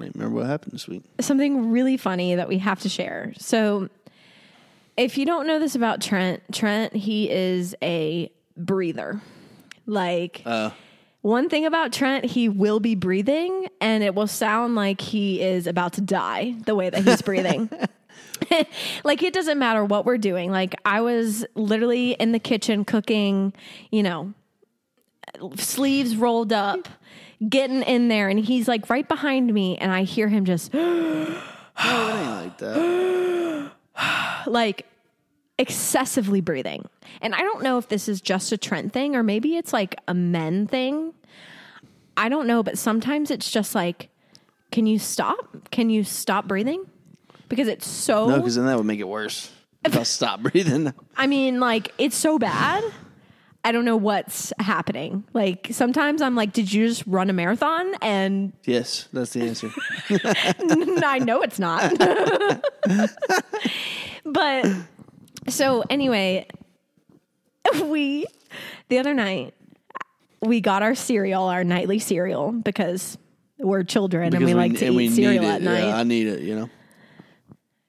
Speaker 1: even remember what happened this week.
Speaker 2: Something really funny that we have to share. So if you don't know this about Trent, Trent, he is a breather. Like one thing about Trent, he will be breathing and it will sound like he is about to die the way that he's breathing. [laughs] like it doesn't matter what we're doing. Like I was literally in the kitchen cooking, you know, sleeves rolled up, getting in there and he's like right behind me and I hear him just
Speaker 1: No, it ain't like that.
Speaker 2: like excessively breathing. And I don't know if this is just a Trent thing or maybe it's like a men thing. I don't know, but sometimes it's just like, can you stop? Can you stop breathing? Because it's so,
Speaker 1: No, because then that would make it worse. If I stop [laughs] breathing.
Speaker 2: I mean, like, it's so bad. I don't know what's happening. Like, sometimes I'm like, did you just run a marathon? And
Speaker 1: Yes, that's the answer.
Speaker 2: [laughs] I know it's not. but so anyway, [laughs] we the other night we got our cereal, our nightly cereal, because we're children and we,
Speaker 1: Because
Speaker 2: like to
Speaker 1: and
Speaker 2: eat cereal
Speaker 1: need
Speaker 2: at
Speaker 1: it.
Speaker 2: night.
Speaker 1: Yeah, I need it, you know.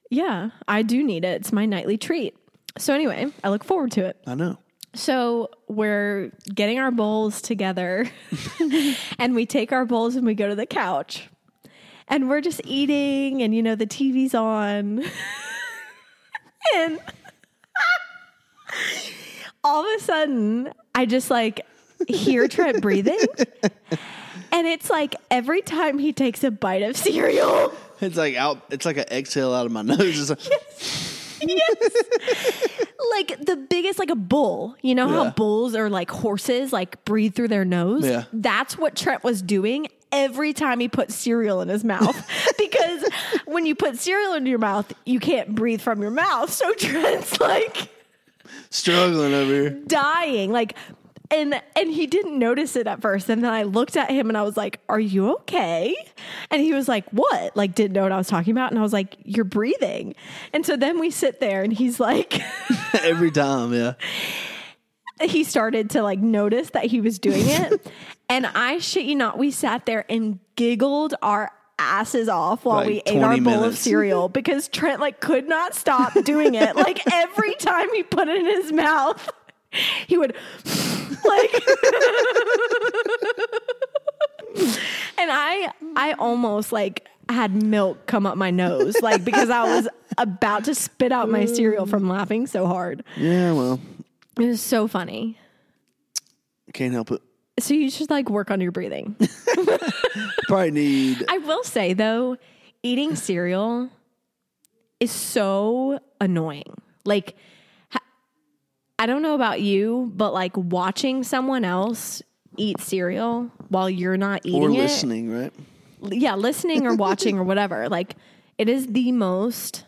Speaker 2: yeah, I do need it. It's my nightly treat. So anyway, I look forward to it.
Speaker 1: I know.
Speaker 2: So we're getting our bowls together [laughs] and we take our bowls and we go to the couch and we're just eating and you know the TV's on. [laughs] and [laughs] all of a sudden I just like hear Trent breathing. And it's like every time he takes a bite of cereal.
Speaker 1: [laughs] It's like out. It's like an exhale out of my [laughs] nose. It's like,
Speaker 2: like the biggest like a bull you know how
Speaker 1: Yeah.
Speaker 2: bulls or like horses like breathe through their nose
Speaker 1: Yeah.
Speaker 2: that's what trent was doing every time he put cereal in his mouth [laughs] because when you put cereal in your mouth you can't breathe from your mouth so trent's like
Speaker 1: struggling over here. [laughs]
Speaker 2: dying like and and he didn't notice it at first and then i looked at him and i was like are you okay and he was like what like didn't know what i was talking about and i was like you're breathing and so then we sit there and he's like [laughs]
Speaker 1: Every time, yeah.
Speaker 2: he started to like notice that he was doing
Speaker 1: [laughs]
Speaker 2: it. and I shit you not, we sat there and giggled our asses off while
Speaker 1: Like
Speaker 2: we ate our
Speaker 1: 20
Speaker 2: bowl of
Speaker 1: minutes. [laughs]
Speaker 2: cereal because Trent like could not stop doing it. like every time he put it in his mouth, he would [laughs] like [laughs] and I I almost like had milk come up my nose like because I
Speaker 1: [laughs]
Speaker 2: was about to spit out my cereal from laughing so hard.
Speaker 1: Yeah, well,
Speaker 2: It was so funny.
Speaker 1: can't help it.
Speaker 2: So you should like work on your breathing.
Speaker 1: Probably need.
Speaker 2: I will say though, eating cereal is so annoying. Like, ha- I don't know about you, but like watching someone else eat cereal while you're not eating
Speaker 1: Or
Speaker 2: it,
Speaker 1: listening, right?
Speaker 2: yeah, listening or watching or whatever. Like, it is the most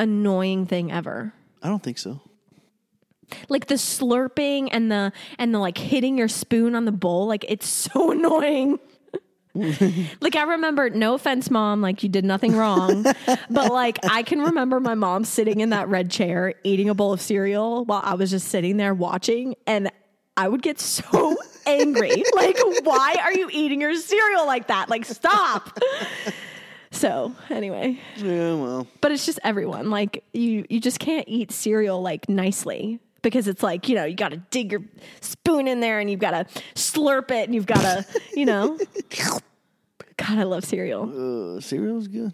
Speaker 2: annoying thing ever.
Speaker 1: I don't think so.
Speaker 2: Like the slurping and the and the like hitting your spoon on the bowl, like it's [laughs] so annoying. [laughs] like I remember, no offense, mom, like you did nothing wrong, but like I can remember my mom sitting in that red chair eating a bowl of cereal while I was just sitting there watching, and I would get so angry. Like, why are you eating your cereal like that? Like, stop. So anyway,
Speaker 1: Yeah, well,
Speaker 2: but it's just everyone. Like you, you just can't eat cereal like nicely because it's like you know you got to dig [laughs] your spoon in there and you've got to slurp it and you've got to you know. God, I love cereal.
Speaker 1: Uh, cereal is good.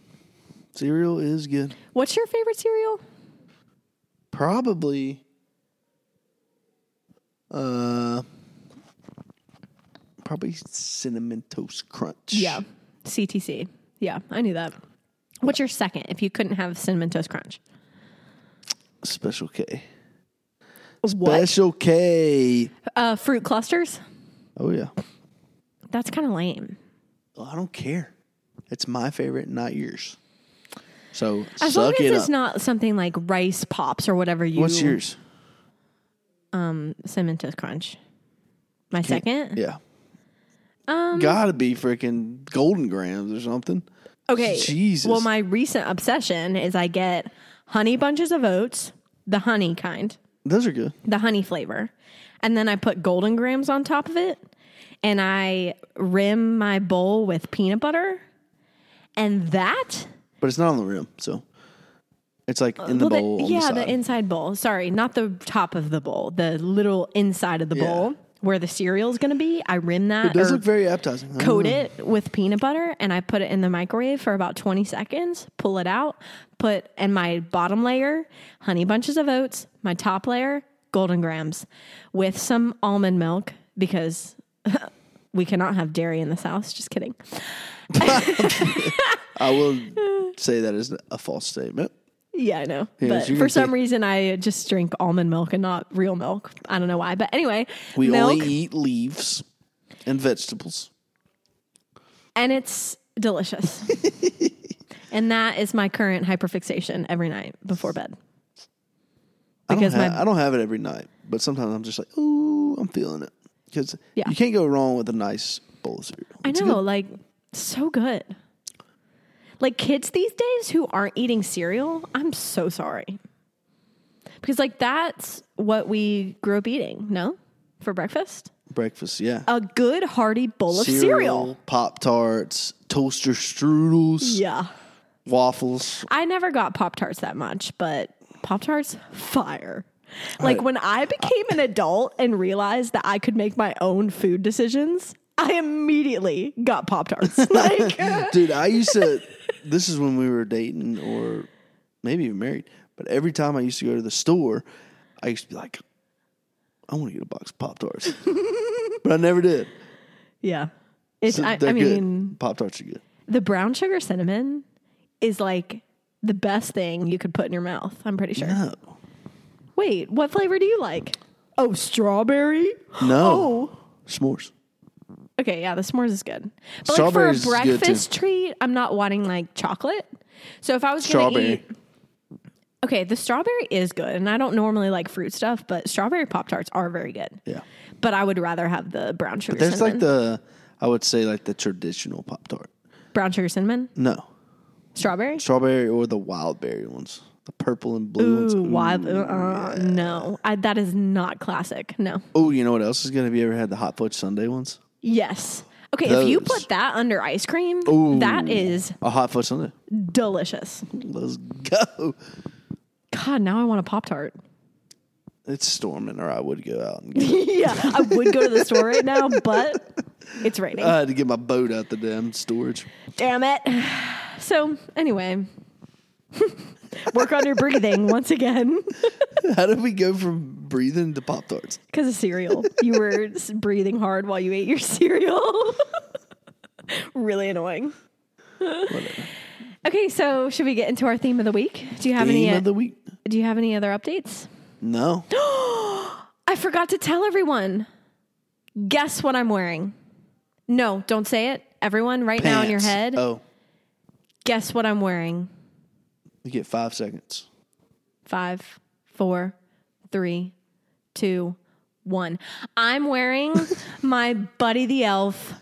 Speaker 1: Cereal is good.
Speaker 2: What's your favorite cereal?
Speaker 1: Probably. Uh, probably cinnamon toast crunch.
Speaker 2: Yeah. CTC. Yeah, I knew that. What's your second if you couldn't have Cinnamon Toast Crunch?
Speaker 1: Special K.
Speaker 2: What?
Speaker 1: Special K.
Speaker 2: Uh, fruit clusters?
Speaker 1: Oh yeah.
Speaker 2: That's kind of lame.
Speaker 1: Well, I don't care. It's my favorite, not yours. So
Speaker 2: As long
Speaker 1: suck
Speaker 2: as
Speaker 1: it
Speaker 2: it's
Speaker 1: up.
Speaker 2: not something like rice pops or whatever you
Speaker 1: What's yours?
Speaker 2: Cinnamon Toast Crunch. My second?
Speaker 1: Yeah. Um, Gotta be freaking golden grams or something.
Speaker 2: Okay.
Speaker 1: Jesus.
Speaker 2: Well, my recent obsession is I get honey bunches of oats, the honey kind,
Speaker 1: Those are good.
Speaker 2: the honey flavor. And then I put golden grams on top of it and I rim my bowl with peanut butter. And that
Speaker 1: But it's not on the rim, so it's like in the
Speaker 2: Uh, well,
Speaker 1: bowl. on
Speaker 2: yeah,
Speaker 1: the, side.
Speaker 2: inside bowl. Sorry, not the top of the bowl, the little inside of the
Speaker 1: Yeah.
Speaker 2: bowl where the cereal's going to be. I rim that.
Speaker 1: it does
Speaker 2: or-
Speaker 1: look very appetizing. I
Speaker 2: coat
Speaker 1: don't know.
Speaker 2: it with peanut butter and I put it in the microwave for about 20 seconds, pull it out, put in my bottom layer honey bunches of oats, my top layer golden grams with some almond milk because [laughs] we cannot have dairy in this house. Just kidding.
Speaker 1: I
Speaker 2: [laughs]
Speaker 1: will say that is a false statement.
Speaker 2: Yeah, I know.
Speaker 1: Yeah,
Speaker 2: but
Speaker 1: so you
Speaker 2: for
Speaker 1: can
Speaker 2: some
Speaker 1: take-
Speaker 2: reason, I just drink almond milk and not real milk. I don't know why. But anyway,
Speaker 1: We
Speaker 2: milk
Speaker 1: only eat leaves and vegetables.
Speaker 2: and it's
Speaker 1: [laughs]
Speaker 2: delicious. and that is my current hyperfixation every night before bed. Because
Speaker 1: I don't, ha-
Speaker 2: my-
Speaker 1: I don't have it every night, but sometimes I'm just like, ooh, I'm feeling it because
Speaker 2: Yeah.
Speaker 1: you can't go wrong with a nice bowl of cereal.
Speaker 2: I
Speaker 1: It's
Speaker 2: know, like so good. Like kids these days who aren't eating cereal, I'm so sorry. Because like that's what we grew up eating, no? For breakfast?
Speaker 1: good breakfast, yeah.
Speaker 2: A good hearty bowl Oh, of cereal.
Speaker 1: Pop tarts, toaster strudels,
Speaker 2: Yeah.
Speaker 1: waffles.
Speaker 2: I never got Pop Tarts that much, but Pop Tarts fire. Like
Speaker 1: I-
Speaker 2: when I became an adult and realized that I could make my own food decisions, I immediately got Pop Tarts.
Speaker 1: [laughs]
Speaker 2: [laughs] like
Speaker 1: Dude, I used to. [laughs] this is when we were dating, or maybe even married. But every time I used to go to the store, I used to be like, "I want to get a box of Pop
Speaker 2: [laughs]
Speaker 1: Tarts," but I never did.
Speaker 2: Yeah. It's
Speaker 1: So
Speaker 2: I,
Speaker 1: they're
Speaker 2: I mean
Speaker 1: good. Pop Tarts are good.
Speaker 2: the brown sugar cinnamon is like the best thing you could put in your mouth, I'm pretty sure.
Speaker 1: No,
Speaker 2: Wait, what flavor do you like? Oh, strawberry? Oh.
Speaker 1: no s'mores.
Speaker 2: Okay, yeah, the s'mores is good. But
Speaker 1: Strawberry's
Speaker 2: like
Speaker 1: good, too.
Speaker 2: for a breakfast treat, I'm not wanting like chocolate. So if I was
Speaker 1: Strawberry.
Speaker 2: gonna eat Okay, the strawberry is good, and I don't normally like fruit stuff, but strawberry pop tarts are very good.
Speaker 1: Yeah,
Speaker 2: But I would rather have the brown sugar
Speaker 1: there's
Speaker 2: cinnamon.
Speaker 1: like the. I would say like the traditional Pop Tart.
Speaker 2: brown sugar cinnamon,
Speaker 1: No,
Speaker 2: strawberry.
Speaker 1: strawberry or the wild berry ones, the purple and blue ones.
Speaker 2: Ooh, wild. Uh, No, I, that is not classic. No.
Speaker 1: Oh, you know what else is good? Have you ever had the hot fudge sundae ones?
Speaker 2: Yes. Okay, if you
Speaker 1: Those.
Speaker 2: put that under ice cream, that is
Speaker 1: A hot fudge sundae.
Speaker 2: delicious.
Speaker 1: Let's go.
Speaker 2: God, now I want a Pop Tart.
Speaker 1: It's storming, or I would go out and get,
Speaker 2: [laughs] yeah, I would go to the store right now, but it's raining.
Speaker 1: I had to get my boat out the damn storage. [laughs]
Speaker 2: Damn it. So, anyway, [laughs] work on your breathing once again
Speaker 1: How did we go from breathing to Pop Tarts?
Speaker 2: because of cereal. You were s- breathing hard while you ate your [laughs] cereal. really annoying. Okay, so should we get into our theme of the week? Do you have
Speaker 1: Game
Speaker 2: any? uh,
Speaker 1: of the week?
Speaker 2: do you have any other updates?
Speaker 1: No.
Speaker 2: I forgot to tell everyone. Guess what I'm wearing? No, don't say it. Everyone, right [gasps] now in your
Speaker 1: Pants.
Speaker 2: head,
Speaker 1: Oh,
Speaker 2: guess what I'm wearing?
Speaker 1: you get five seconds.
Speaker 2: Five, four, three, two, one. I'm
Speaker 1: [laughs]
Speaker 2: wearing my Buddy the Elf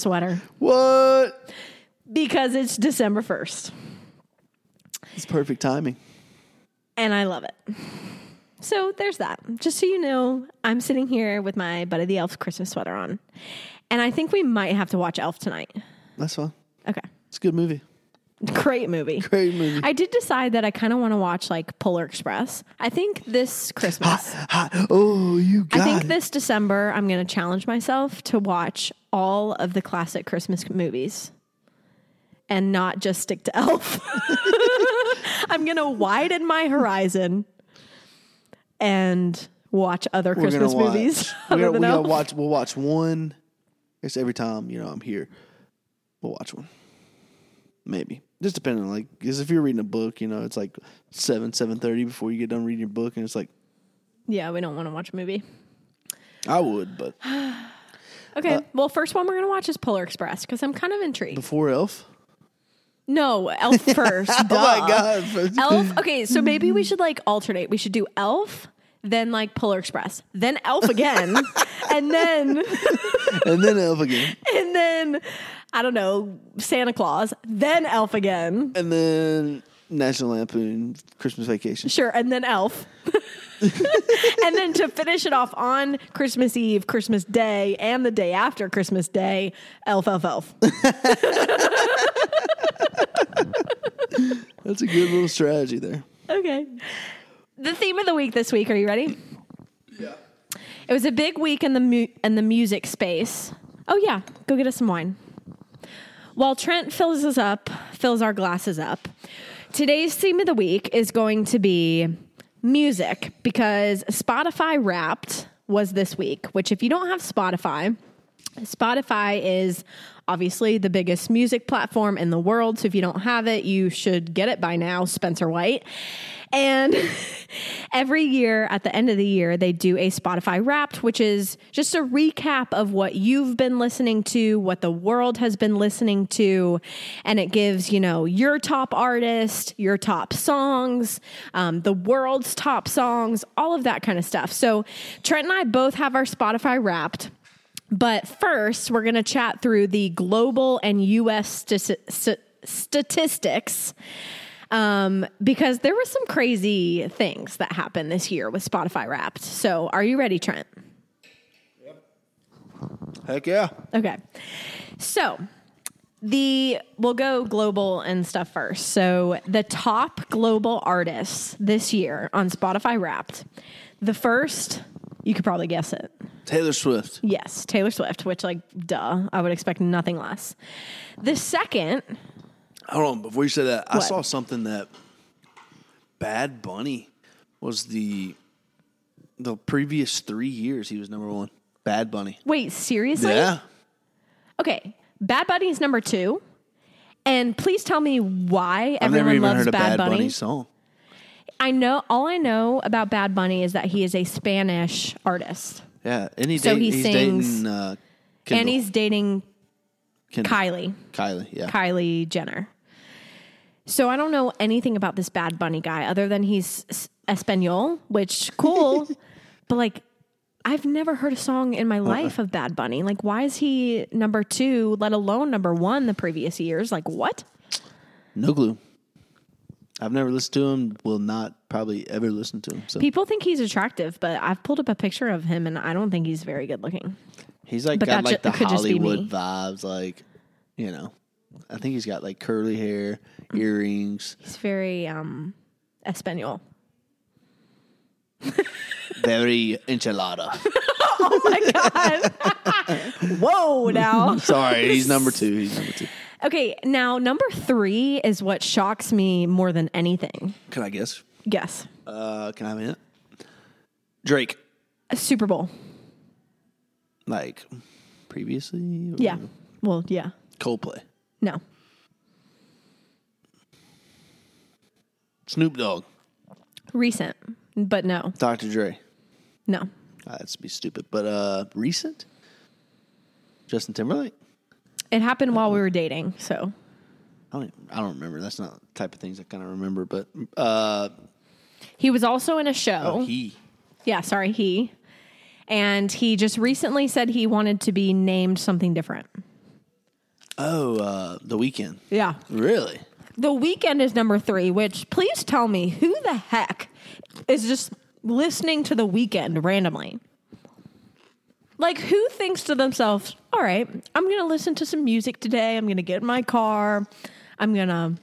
Speaker 1: [laughs]
Speaker 2: sweater
Speaker 1: What?
Speaker 2: because it's December 1st
Speaker 1: It's perfect timing.
Speaker 2: and I love it. So there's that. Just so you know, I'm sitting here with my Buddy the Elf Christmas sweater on. And I think we might have to watch Elf tonight.
Speaker 1: That's fine.
Speaker 2: Okay. [laughs]
Speaker 1: It's a good movie.
Speaker 2: Great movie.
Speaker 1: Great [laughs] movie.
Speaker 2: I did decide that I kind of want to watch like Polar Express. I think
Speaker 1: [gasps]
Speaker 2: this Christmas,
Speaker 1: Hot. Oh, you got
Speaker 2: I think
Speaker 1: it.
Speaker 2: this December, I'm going to challenge myself to watch all of the classic Christmas movies and not just stick to Elf. [laughs] I'm going to widen my horizon and watch other
Speaker 1: We're gonna
Speaker 2: Christmas
Speaker 1: watch- [laughs]
Speaker 2: movies
Speaker 1: We're
Speaker 2: [laughs] other
Speaker 1: gonna,
Speaker 2: than
Speaker 1: we gotta
Speaker 2: Elf.
Speaker 1: watch. We'll watch one. It's every time you know I'm here. We'll watch one. Maybe just depending, like, because if you're reading a book, you know it's like seven, seven thirty before you get done reading your book, and it's like
Speaker 2: yeah, we don't want to watch a movie.
Speaker 1: I would, but
Speaker 2: Okay,
Speaker 1: Uh,
Speaker 2: well, first one we're going to watch is Polar Express because I'm kind of intrigued.
Speaker 1: before [laughs] Elf.
Speaker 2: No, Elf first.
Speaker 1: [laughs] Oh
Speaker 2: duh.
Speaker 1: my god! [laughs]
Speaker 2: Elf. Okay, so maybe we should like alternate. We should do Elf, then like Polar Express, then Elf again, and then
Speaker 1: and then Elf again,
Speaker 2: and then I don't know Santa Claus, then Elf again.
Speaker 1: and then National Lampoon Christmas Vacation.
Speaker 2: Sure, and then Elf. [laughs] and then to finish it off on Christmas Eve, Christmas Day, and the day after Christmas Day, Elf, Elf, Elf.
Speaker 1: That's a good little strategy there.
Speaker 2: okay. The theme of the week this week. Are you ready?
Speaker 1: Yeah.
Speaker 2: It was a big week in the mu- in the music space. Oh yeah, go get us some wine. While Trent fills us up, fills our glasses up. Today's theme of the week is going to be music because Spotify Wrapped was this week, which if you don't have Spotify, Spotify is obviously the biggest music platform in the world. So if you don't have it, you should get it by now, Spencer White. And [laughs] every year at the end of the year, they do a Spotify wrapped, which is just a recap of what you've been listening to, what the world has been listening to. And it gives, you know, your top artist, your top songs, um, the world's top songs, all of that kind of stuff. So Trent and I both have our Spotify wrapped. But first, we're going to chat through the global and US sti- st- statistics um, because there were some crazy things that happened this year with Spotify Wrapped. So, are you ready, Trent?
Speaker 1: Heck yeah!
Speaker 2: Okay. So, the we'll go global and stuff first. So, the top global artists this year on Spotify Wrapped, the first, you could probably guess it.
Speaker 1: Taylor Swift.
Speaker 2: Yes, Taylor Swift, which, like, duh, I would expect nothing less. The second,
Speaker 1: Hold on, before you say that, I
Speaker 2: What?
Speaker 1: saw something that Bad Bunny was the the previous three years he was number one. Bad Bunny.
Speaker 2: wait, seriously?
Speaker 1: yeah.
Speaker 2: Okay, Bad Bunny is number two. And please tell me why
Speaker 1: I've never
Speaker 2: everyone
Speaker 1: even
Speaker 2: loves
Speaker 1: heard a
Speaker 2: Bad, Bunny.
Speaker 1: song.
Speaker 2: I know all I know about Bad Bunny is that he is a Spanish artist
Speaker 1: Yeah. And he
Speaker 2: So
Speaker 1: date-
Speaker 2: he
Speaker 1: he's
Speaker 2: sings-
Speaker 1: dating uh
Speaker 2: and
Speaker 1: Kendall.
Speaker 2: he's dating
Speaker 1: Kendall.
Speaker 2: Kylie,
Speaker 1: Kylie, yeah.
Speaker 2: Kylie Jenner. So I don't know anything about this Bad Bunny guy other than he's s- Espanol, which cool, but like I've never heard a song in my life of Bad Bunny. Like why is he number 2, let alone number 1 the previous years? Like what?
Speaker 1: No clue. I've never listened to him, will not probably ever listen to him. So
Speaker 2: People think he's attractive, but I've pulled up a picture of him and I don't think he's very good looking.
Speaker 1: he's like
Speaker 2: but
Speaker 1: got
Speaker 2: that ju-
Speaker 1: like the
Speaker 2: could just be me.
Speaker 1: Hollywood vibes, like you know. I think he's got like curly hair, earrings.
Speaker 2: He's very um Espanol. [laughs]
Speaker 1: very enchilada.
Speaker 2: Whoa, now.
Speaker 1: Sorry, [laughs] he's number two. He's number two.
Speaker 2: okay, now number 3 is what shocks me more than anything.
Speaker 1: Can I guess?
Speaker 2: Guess.
Speaker 1: Uh, can I have a hint? Drake,
Speaker 2: A Super Bowl.
Speaker 1: like previously? or
Speaker 2: Yeah. Well, yeah.
Speaker 1: Coldplay.
Speaker 2: No.
Speaker 1: Snoop Dogg.
Speaker 2: Recent, but no.
Speaker 1: Dr. Dre.
Speaker 2: No.
Speaker 1: Uh, that's be stupid. But uh, recent? Justin Timberlake?
Speaker 2: It happened while we were dating, so
Speaker 1: I don't, I don't remember. That's not the type of things I kind of remember. But uh,
Speaker 2: he was also in a show.
Speaker 1: he.
Speaker 2: yeah, sorry, he. And he just recently said he wanted to be named something different.
Speaker 1: Oh, uh, The Weeknd.
Speaker 2: Yeah. [laughs]
Speaker 1: Really?
Speaker 2: The weekend is number three, which please tell me who the heck is just listening to the weekend randomly? Like, who thinks to themselves, all right, I'm going to listen to some music today. I'm going to get in my car. I'm going to,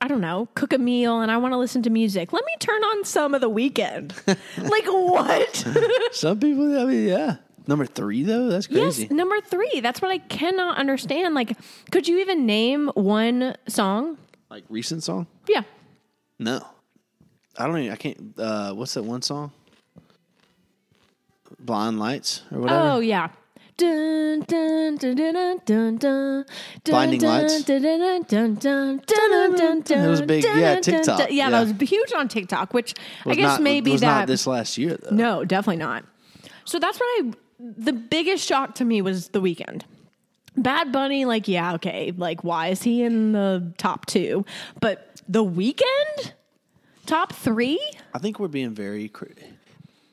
Speaker 2: I don't know, cook a meal and I want to listen to music. Let me turn on some of the weekend. like, what?
Speaker 1: Some people, I mean, yeah. Number three though, that's crazy.
Speaker 2: Yes, number three. That's what I cannot understand. Like, could you even name one song?
Speaker 1: Like recent song?
Speaker 2: Yeah.
Speaker 1: No, I don't. Even, I can't. Uh, what's that one song? Blind lights or whatever.
Speaker 2: Oh yeah. Dun, dun, dun, dun, dun, dun, dun,
Speaker 1: Blinding
Speaker 2: dun,
Speaker 1: Lights.
Speaker 2: Dun, dun, dun, dun, dun, dun, dun, dun,
Speaker 1: That was big.
Speaker 2: dun,
Speaker 1: Yeah,
Speaker 2: dun,
Speaker 1: TikTok.
Speaker 2: dun. Yeah,
Speaker 1: Yeah.
Speaker 2: that was huge on TikTok, which I
Speaker 1: Was
Speaker 2: guess
Speaker 1: not-
Speaker 2: maybe
Speaker 1: was
Speaker 2: that
Speaker 1: not this last year though.
Speaker 2: No, definitely not. So that's what I. The biggest shock to me was the weekend. Bad Bunny, like, yeah, okay, like, why is he in the top two? But the weekend, top three?
Speaker 1: I think we're being very, cri-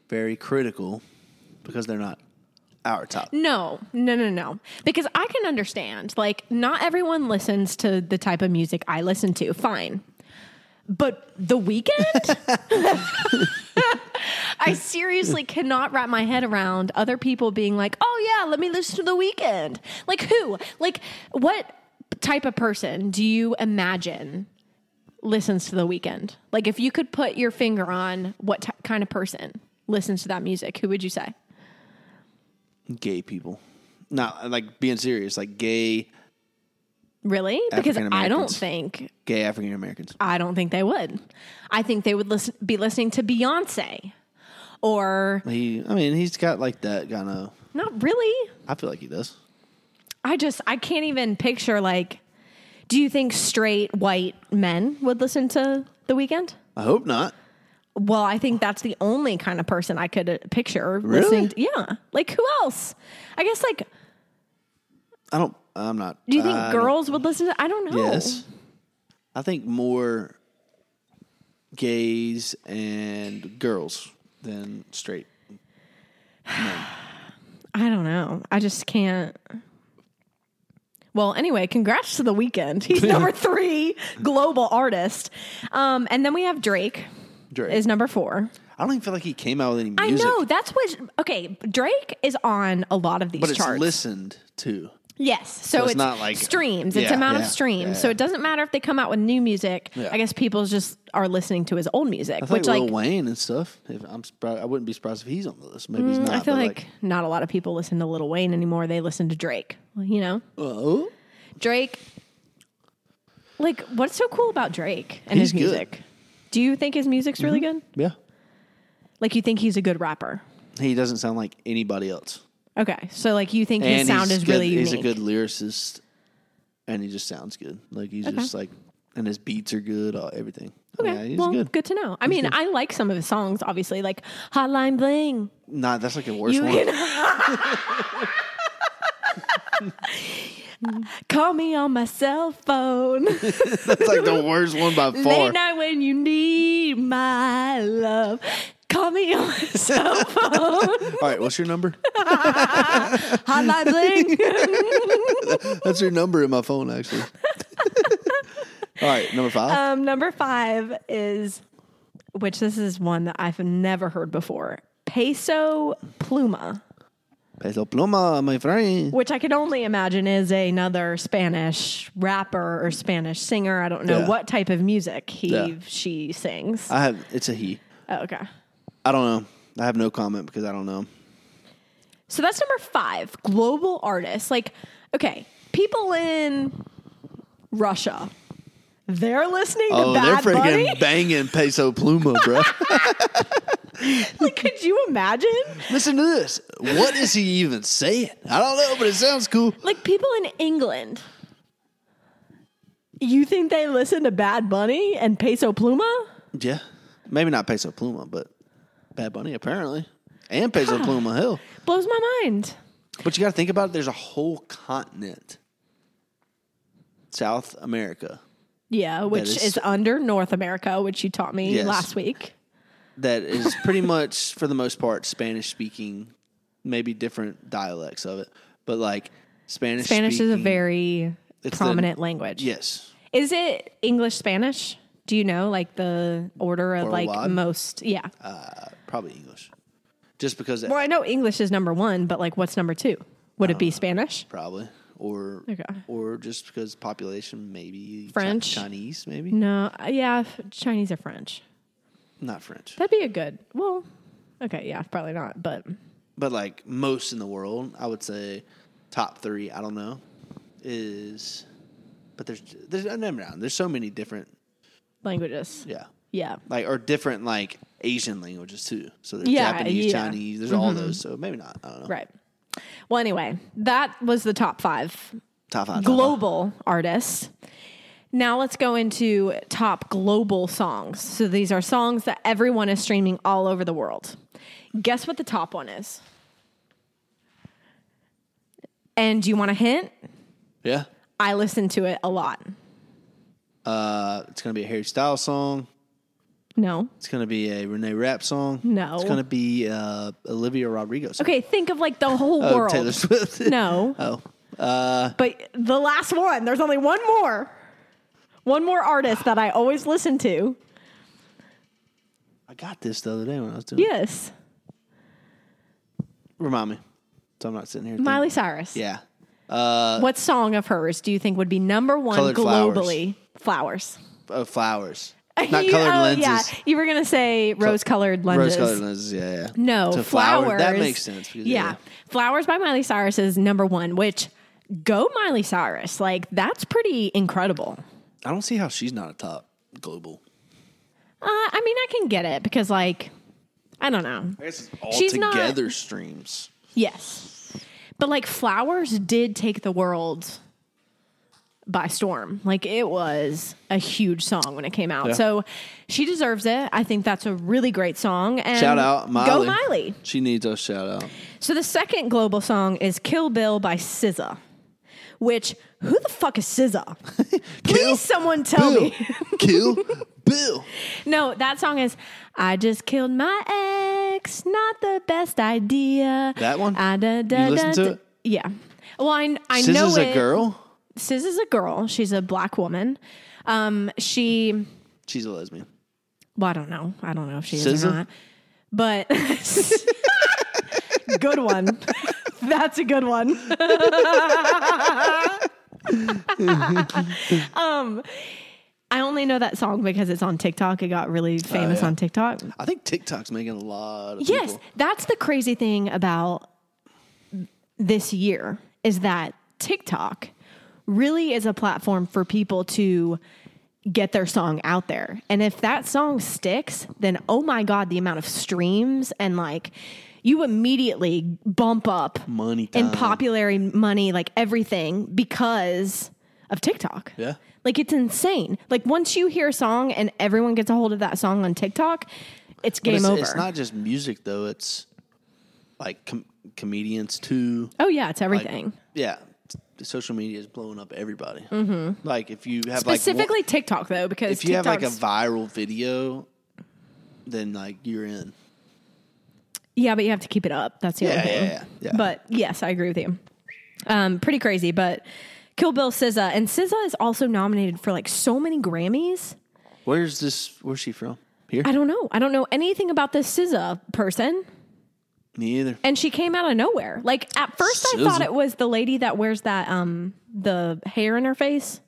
Speaker 1: very critical because they're not our top.
Speaker 2: No, no, no, no. Because I can understand, like, not everyone listens to the type of music I listen to. Fine. But the weekend? I seriously cannot wrap my head around other people being like, oh, yeah, let me listen to the weekend. Like, who? Like, what type of person do you imagine listens to the weekend? Like, if you could put your finger on what t- kind of person listens to that music, who would you say?
Speaker 1: Gay people. Not like being serious. Like gay,
Speaker 2: Really? Because I don't
Speaker 1: African-Americans.
Speaker 2: think
Speaker 1: gay African Americans.
Speaker 2: I don't think they would. I think they would listen, be listening to Beyonce or
Speaker 1: He, I mean, he's got like that kind of.
Speaker 2: not really.
Speaker 1: I feel like he does.
Speaker 2: I just I can't even picture like do you think straight white men would listen to The Weekend?
Speaker 1: I hope not.
Speaker 2: Well, I think that's the only kind of person I could uh, picture listening. To, yeah. Like who else? I guess like
Speaker 1: I don't. I'm not.
Speaker 2: do you think
Speaker 1: I don't-
Speaker 2: girls would listen to I don't know.
Speaker 1: Uh, Yes. I think more gays and girls than straight.
Speaker 2: I don't know. I just can't. Well, anyway, congrats to the weekend. He's number three global artist. Um, and then we have Drake
Speaker 1: Drake.
Speaker 2: is number four.
Speaker 1: I don't even feel like he came out with any music.
Speaker 2: I know that's what. Okay, Drake is on a lot of these
Speaker 1: but it's
Speaker 2: charts.
Speaker 1: listened to.
Speaker 2: yes, so,
Speaker 1: it's
Speaker 2: it's,
Speaker 1: not like-
Speaker 2: streams. it's
Speaker 1: Yeah,
Speaker 2: amount
Speaker 1: yeah,
Speaker 2: of streams.
Speaker 1: yeah,
Speaker 2: So
Speaker 1: yeah.
Speaker 2: it doesn't matter if they come out with new music.
Speaker 1: Yeah.
Speaker 2: I guess people just are listening to his old music,
Speaker 1: I feel
Speaker 2: which
Speaker 1: like,
Speaker 2: like
Speaker 1: Lil Wayne and stuff. If I'm, surprised, I wouldn't be surprised if he's on the list. Maybe he's not.
Speaker 2: Mm, I feel
Speaker 1: but,
Speaker 2: like, not a lot of people listen to Lil Wayne anymore. They listen to Drake. You know.
Speaker 1: oh,
Speaker 2: Drake. Like, what's so cool about Drake and
Speaker 1: He's
Speaker 2: his
Speaker 1: good. Mm-hmm.
Speaker 2: music? Do you think his music's really good?
Speaker 1: yeah.
Speaker 2: Like, you think he's a good rapper?
Speaker 1: He doesn't sound like anybody else.
Speaker 2: Okay, so like, you think his
Speaker 1: and
Speaker 2: sound
Speaker 1: he's
Speaker 2: is
Speaker 1: good-
Speaker 2: really unique?
Speaker 1: He's a good lyricist, and he just sounds good. Like he's just like, and his beats are good. All, everything.
Speaker 2: okay,
Speaker 1: Yeah, he's
Speaker 2: well,
Speaker 1: good.
Speaker 2: good. to know. I mean, I like some of his songs, obviously, like Hotline Bling.
Speaker 1: Nah, that's like the worst
Speaker 2: You
Speaker 1: one.
Speaker 2: can [laughs] call me on my cell
Speaker 1: [laughs]
Speaker 2: phone.
Speaker 1: That's like the worst one by far.
Speaker 2: Late night when you need my love. Call me on my [laughs] cell
Speaker 1: [laughs]
Speaker 2: phone.
Speaker 1: All right, what's your number?
Speaker 2: Hotline Bling.
Speaker 1: That's your number in my phone, actually. [laughs] All right, number five.
Speaker 2: Um, number five is, which this is one that I've never heard before, peso pluma,
Speaker 1: Peso Pluma, my friend.
Speaker 2: which I can only imagine is another Spanish rapper or Spanish singer. I don't know
Speaker 1: Yeah.
Speaker 2: what type of music he
Speaker 1: Yeah.
Speaker 2: she sings.
Speaker 1: I have. It's a he.
Speaker 2: oh, okay,
Speaker 1: I don't know. I have no comment because I don't know.
Speaker 2: so that's number five, global artists. Like, okay, people in Russia. They're listening to
Speaker 1: Oh, they're
Speaker 2: Bad
Speaker 1: freaking
Speaker 2: Bunny.
Speaker 1: banging Peso Pluma, bro.
Speaker 2: [laughs] Like, could you imagine?
Speaker 1: Listen to this. What is he even saying? I don't know, but it sounds cool.
Speaker 2: Like people in England. You think they listen to Bad Bunny and Peso Pluma?
Speaker 1: Yeah, maybe not Peso Pluma, but Bad Bunny apparently, and Peso Pluma Hill.
Speaker 2: Blows my mind.
Speaker 1: But you got to think about it. There's a whole continent, South America,
Speaker 2: Yeah, which
Speaker 1: is-
Speaker 2: is, under North America, which you taught me
Speaker 1: Yes.
Speaker 2: last week.
Speaker 1: that is
Speaker 2: [laughs]
Speaker 1: pretty much, for the most part, Spanish speaking, maybe different dialects of it, but like Spanish.
Speaker 2: Spanish is a
Speaker 1: speaking-
Speaker 2: very
Speaker 1: It's the-
Speaker 2: prominent language.
Speaker 1: yes.
Speaker 2: Is it English Spanish? Do you know like the order of like
Speaker 1: Worldwide?
Speaker 2: most? Yeah.
Speaker 1: Uh, probably English, just because
Speaker 2: well, I know English is number one, but like what's number two? Would
Speaker 1: Uh,
Speaker 2: it be Spanish?
Speaker 1: probably or
Speaker 2: Okay.
Speaker 1: or just because population maybe Chi-
Speaker 2: French?
Speaker 1: Chinese maybe
Speaker 2: No. uh, Yeah. f- Chinese or French.
Speaker 1: not French.
Speaker 2: That'd be a good. Well, okay, yeah, probably not, but
Speaker 1: but like most in the world, I would say top three. I don't know is, but there's there's I never mind. There's so many different
Speaker 2: Languages.
Speaker 1: yeah
Speaker 2: Yeah.
Speaker 1: like or different like Asian languages too. So there's
Speaker 2: Yeah,
Speaker 1: Japanese,
Speaker 2: yeah. Mm-hmm.
Speaker 1: Chinese. There's all those. So maybe not. I don't know.
Speaker 2: Right. Well, anyway, that was the top five
Speaker 1: Top five. top five.
Speaker 2: global artists. Now let's go into top global songs. So these are songs that everyone is streaming all over the world. Guess what the top one is? And do you want a hint?
Speaker 1: Yeah.
Speaker 2: I listen to it a lot.
Speaker 1: Uh, it's gonna be a Harry Styles song.
Speaker 2: No.
Speaker 1: It's gonna be a Renee Rapp song.
Speaker 2: No.
Speaker 1: It's gonna be uh Olivia Rodrigo. Song.
Speaker 2: Okay, think of like the whole
Speaker 1: Oh,
Speaker 2: world.
Speaker 1: Taylor Swift. [laughs]
Speaker 2: No.
Speaker 1: oh,
Speaker 2: But the last one, there's only one more. One more artist that I always listen to.
Speaker 1: I got this the other day when I was doing. it.
Speaker 2: Yes.
Speaker 1: Remind me. So I'm not sitting here. thinking.
Speaker 2: Miley Cyrus.
Speaker 1: Yeah.
Speaker 2: What song of hers do you think would be number one
Speaker 1: Uh, Colored Flowers.
Speaker 2: globally? Flowers.
Speaker 1: Oh,
Speaker 2: [laughs]
Speaker 1: flowers. Not
Speaker 2: You-
Speaker 1: colored
Speaker 2: oh,
Speaker 1: lenses.
Speaker 2: Yeah. You were going to say rose colored
Speaker 1: Rose
Speaker 2: lenses.
Speaker 1: colored lenses. Yeah. yeah.
Speaker 2: No,
Speaker 1: So
Speaker 2: flowers.
Speaker 1: flower- That makes sense. because-
Speaker 2: yeah. Flowers by Miley Cyrus is number one, which go Miley Cyrus. Like, that's pretty incredible.
Speaker 1: I don't see how she's not a top global.
Speaker 2: Uh, I mean, I can get it because, like, I don't know.
Speaker 1: I guess it's
Speaker 2: She's not-
Speaker 1: altogether streams.
Speaker 2: Yes. But like flowers did take the world by storm. Like it was a huge song when it came out.
Speaker 1: Yeah.
Speaker 2: So she deserves it. I think that's a really great song. And
Speaker 1: Shout out Miley.
Speaker 2: Go Miley.
Speaker 1: She needs a shout out.
Speaker 2: So the second global song is Kill Bill by SZA. Which who the fuck is
Speaker 1: [laughs]
Speaker 2: SZA? Please someone tell
Speaker 1: Bill.
Speaker 2: me. [laughs]
Speaker 1: Kill Bill.
Speaker 2: No, that song is I just killed my ex. Not the best idea.
Speaker 1: That one?
Speaker 2: I da, da,
Speaker 1: You listen
Speaker 2: da,
Speaker 1: to
Speaker 2: da-
Speaker 1: it?
Speaker 2: Yeah. Well, I, I
Speaker 1: This
Speaker 2: know
Speaker 1: is
Speaker 2: it.
Speaker 1: a girl.
Speaker 2: Sis is a girl. She's a black woman. Um, she.
Speaker 1: She's a lesbian.
Speaker 2: Well, I don't know. I don't know if she is
Speaker 1: SZA?
Speaker 2: or not. But [laughs] good one. [laughs] That's a
Speaker 1: [laughs]
Speaker 2: good one. um, Um, I only know that song because it's on TikTok. It got really famous
Speaker 1: Oh, yeah.
Speaker 2: on TikTok.
Speaker 1: I think TikTok's making a lot of
Speaker 2: Yes,
Speaker 1: people.
Speaker 2: that's the crazy thing about this year is that TikTok really is a platform for people to get their song out there. And if that song sticks, then oh my god, the amount of streams and like you immediately bump up
Speaker 1: Money
Speaker 2: in
Speaker 1: time.
Speaker 2: popularity, money, like everything because of TikTok.
Speaker 1: Yeah.
Speaker 2: Like it's insane. Like once you hear a song and everyone gets a hold of that song on TikTok, it's
Speaker 1: But
Speaker 2: game
Speaker 1: it's,
Speaker 2: over.
Speaker 1: It's not just music though. It's like com- comedians too.
Speaker 2: Oh yeah, it's everything.
Speaker 1: Yeah. The social media is blowing up everybody. Mm-hmm. Like if you have like
Speaker 2: Specifically TikTok though, because
Speaker 1: if you have like a
Speaker 2: TikTok's-
Speaker 1: viral video, then like you're in.
Speaker 2: yeah, but you have to keep it up. That's the
Speaker 1: Yeah,
Speaker 2: only thing.
Speaker 1: yeah, yeah, yeah.
Speaker 2: But yes, I agree with you. Um, pretty crazy, but Kill Bill SZA and SZA is also nominated for like so many Grammys.
Speaker 1: Where's this? Where's she from? Here?
Speaker 2: I don't know. I don't know anything about this SZA person,
Speaker 1: Me either.
Speaker 2: and she came out of nowhere. Like at first, I thought
Speaker 1: SZA.
Speaker 2: it was the lady that wears that um the hair in her face.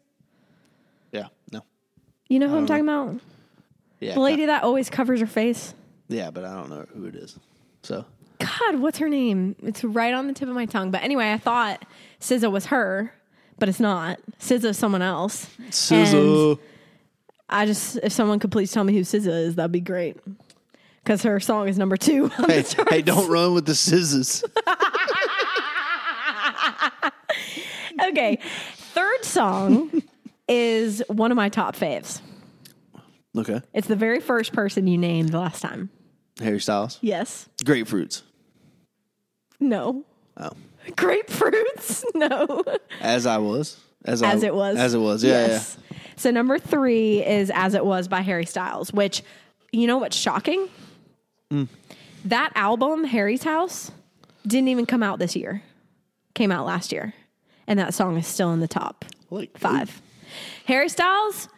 Speaker 1: Yeah. No.
Speaker 2: You know who I'm talking about?
Speaker 1: Oh. Yeah.
Speaker 2: The lady that always covers her face.
Speaker 1: Yeah, but I don't know who it is. So
Speaker 2: God, what's her name? It's right on the tip of my tongue. But anyway, I thought SZA was her, but it's not. SZA's someone else. And I just, if someone could please tell me who SZA is, that'd be great. Because her song is number two. on [laughs]
Speaker 1: Hey,
Speaker 2: the charts.
Speaker 1: hey, don't run with the scissors.
Speaker 2: Okay.
Speaker 1: [laughs]
Speaker 2: Third song is one of my top faves.
Speaker 1: okay.
Speaker 2: It's the very first person you named last time.
Speaker 1: Harry Styles.
Speaker 2: Yes.
Speaker 1: Grapefruits.
Speaker 2: No.
Speaker 1: Oh.
Speaker 2: Grapefruits? [laughs] No.
Speaker 1: As I was. As,
Speaker 2: As
Speaker 1: I,
Speaker 2: it was.
Speaker 1: As it was. Yeah.
Speaker 2: So number three is As It Was by Harry Styles, which you know what's shocking?
Speaker 1: Mm.
Speaker 2: That album, Harry's House, didn't even come out this year. Came out last year. And that song is still in the top
Speaker 1: yeah. Like
Speaker 2: five. Harry Styles,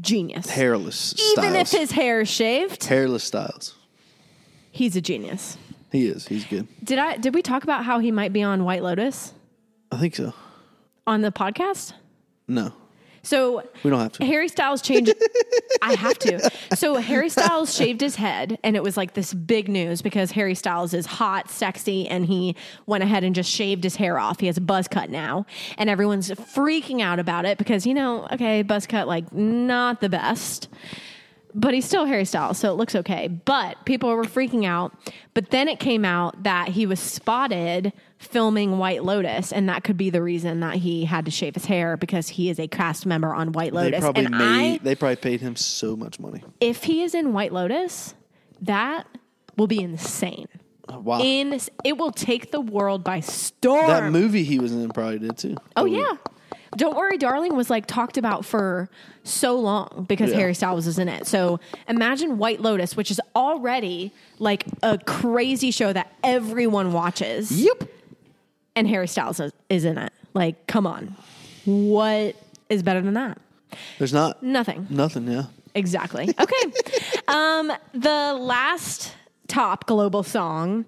Speaker 2: genius.
Speaker 1: Hairless
Speaker 2: even
Speaker 1: Styles.
Speaker 2: if his hair is shaved,
Speaker 1: Hairless Styles.
Speaker 2: he's a genius.
Speaker 1: He is. He's good.
Speaker 2: Did I did we talk about how he might be on White Lotus
Speaker 1: I think so.
Speaker 2: on the podcast?
Speaker 1: No.
Speaker 2: So
Speaker 1: We don't have to.
Speaker 2: [laughs] Harry Styles changed. I have to. So Harry Styles shaved his head, and it was like this big news because Harry Styles is hot, sexy, and he went ahead and just shaved his hair off. He has a buzz cut now, and everyone's freaking out about it because you know, okay, buzz cut like not the best. But he's still Harry Styles, so it looks okay. But people were freaking out. But then it came out that he was spotted filming White Lotus, and that could be the reason that he had to shave his hair because he is a cast member on White Lotus.
Speaker 1: They probably
Speaker 2: and
Speaker 1: made,
Speaker 2: I,
Speaker 1: they probably paid him so much money.
Speaker 2: if he is in White Lotus, that will be insane.
Speaker 1: Wow.
Speaker 2: In it will take the world by storm.
Speaker 1: Ah. that movie he was in probably did too.
Speaker 2: Oh yeah. Don't worry, darling was like talked about for so long because
Speaker 1: Yeah.
Speaker 2: Harry Styles is in it. So imagine White Lotus, which is already like a crazy show that everyone watches,
Speaker 1: Yep.
Speaker 2: and Harry Styles is, is in it. Like, come on, what is better than that?
Speaker 1: There's not
Speaker 2: Nothing.
Speaker 1: nothing. Yeah.
Speaker 2: Exactly. Okay.
Speaker 1: [laughs]
Speaker 2: um, the last top global song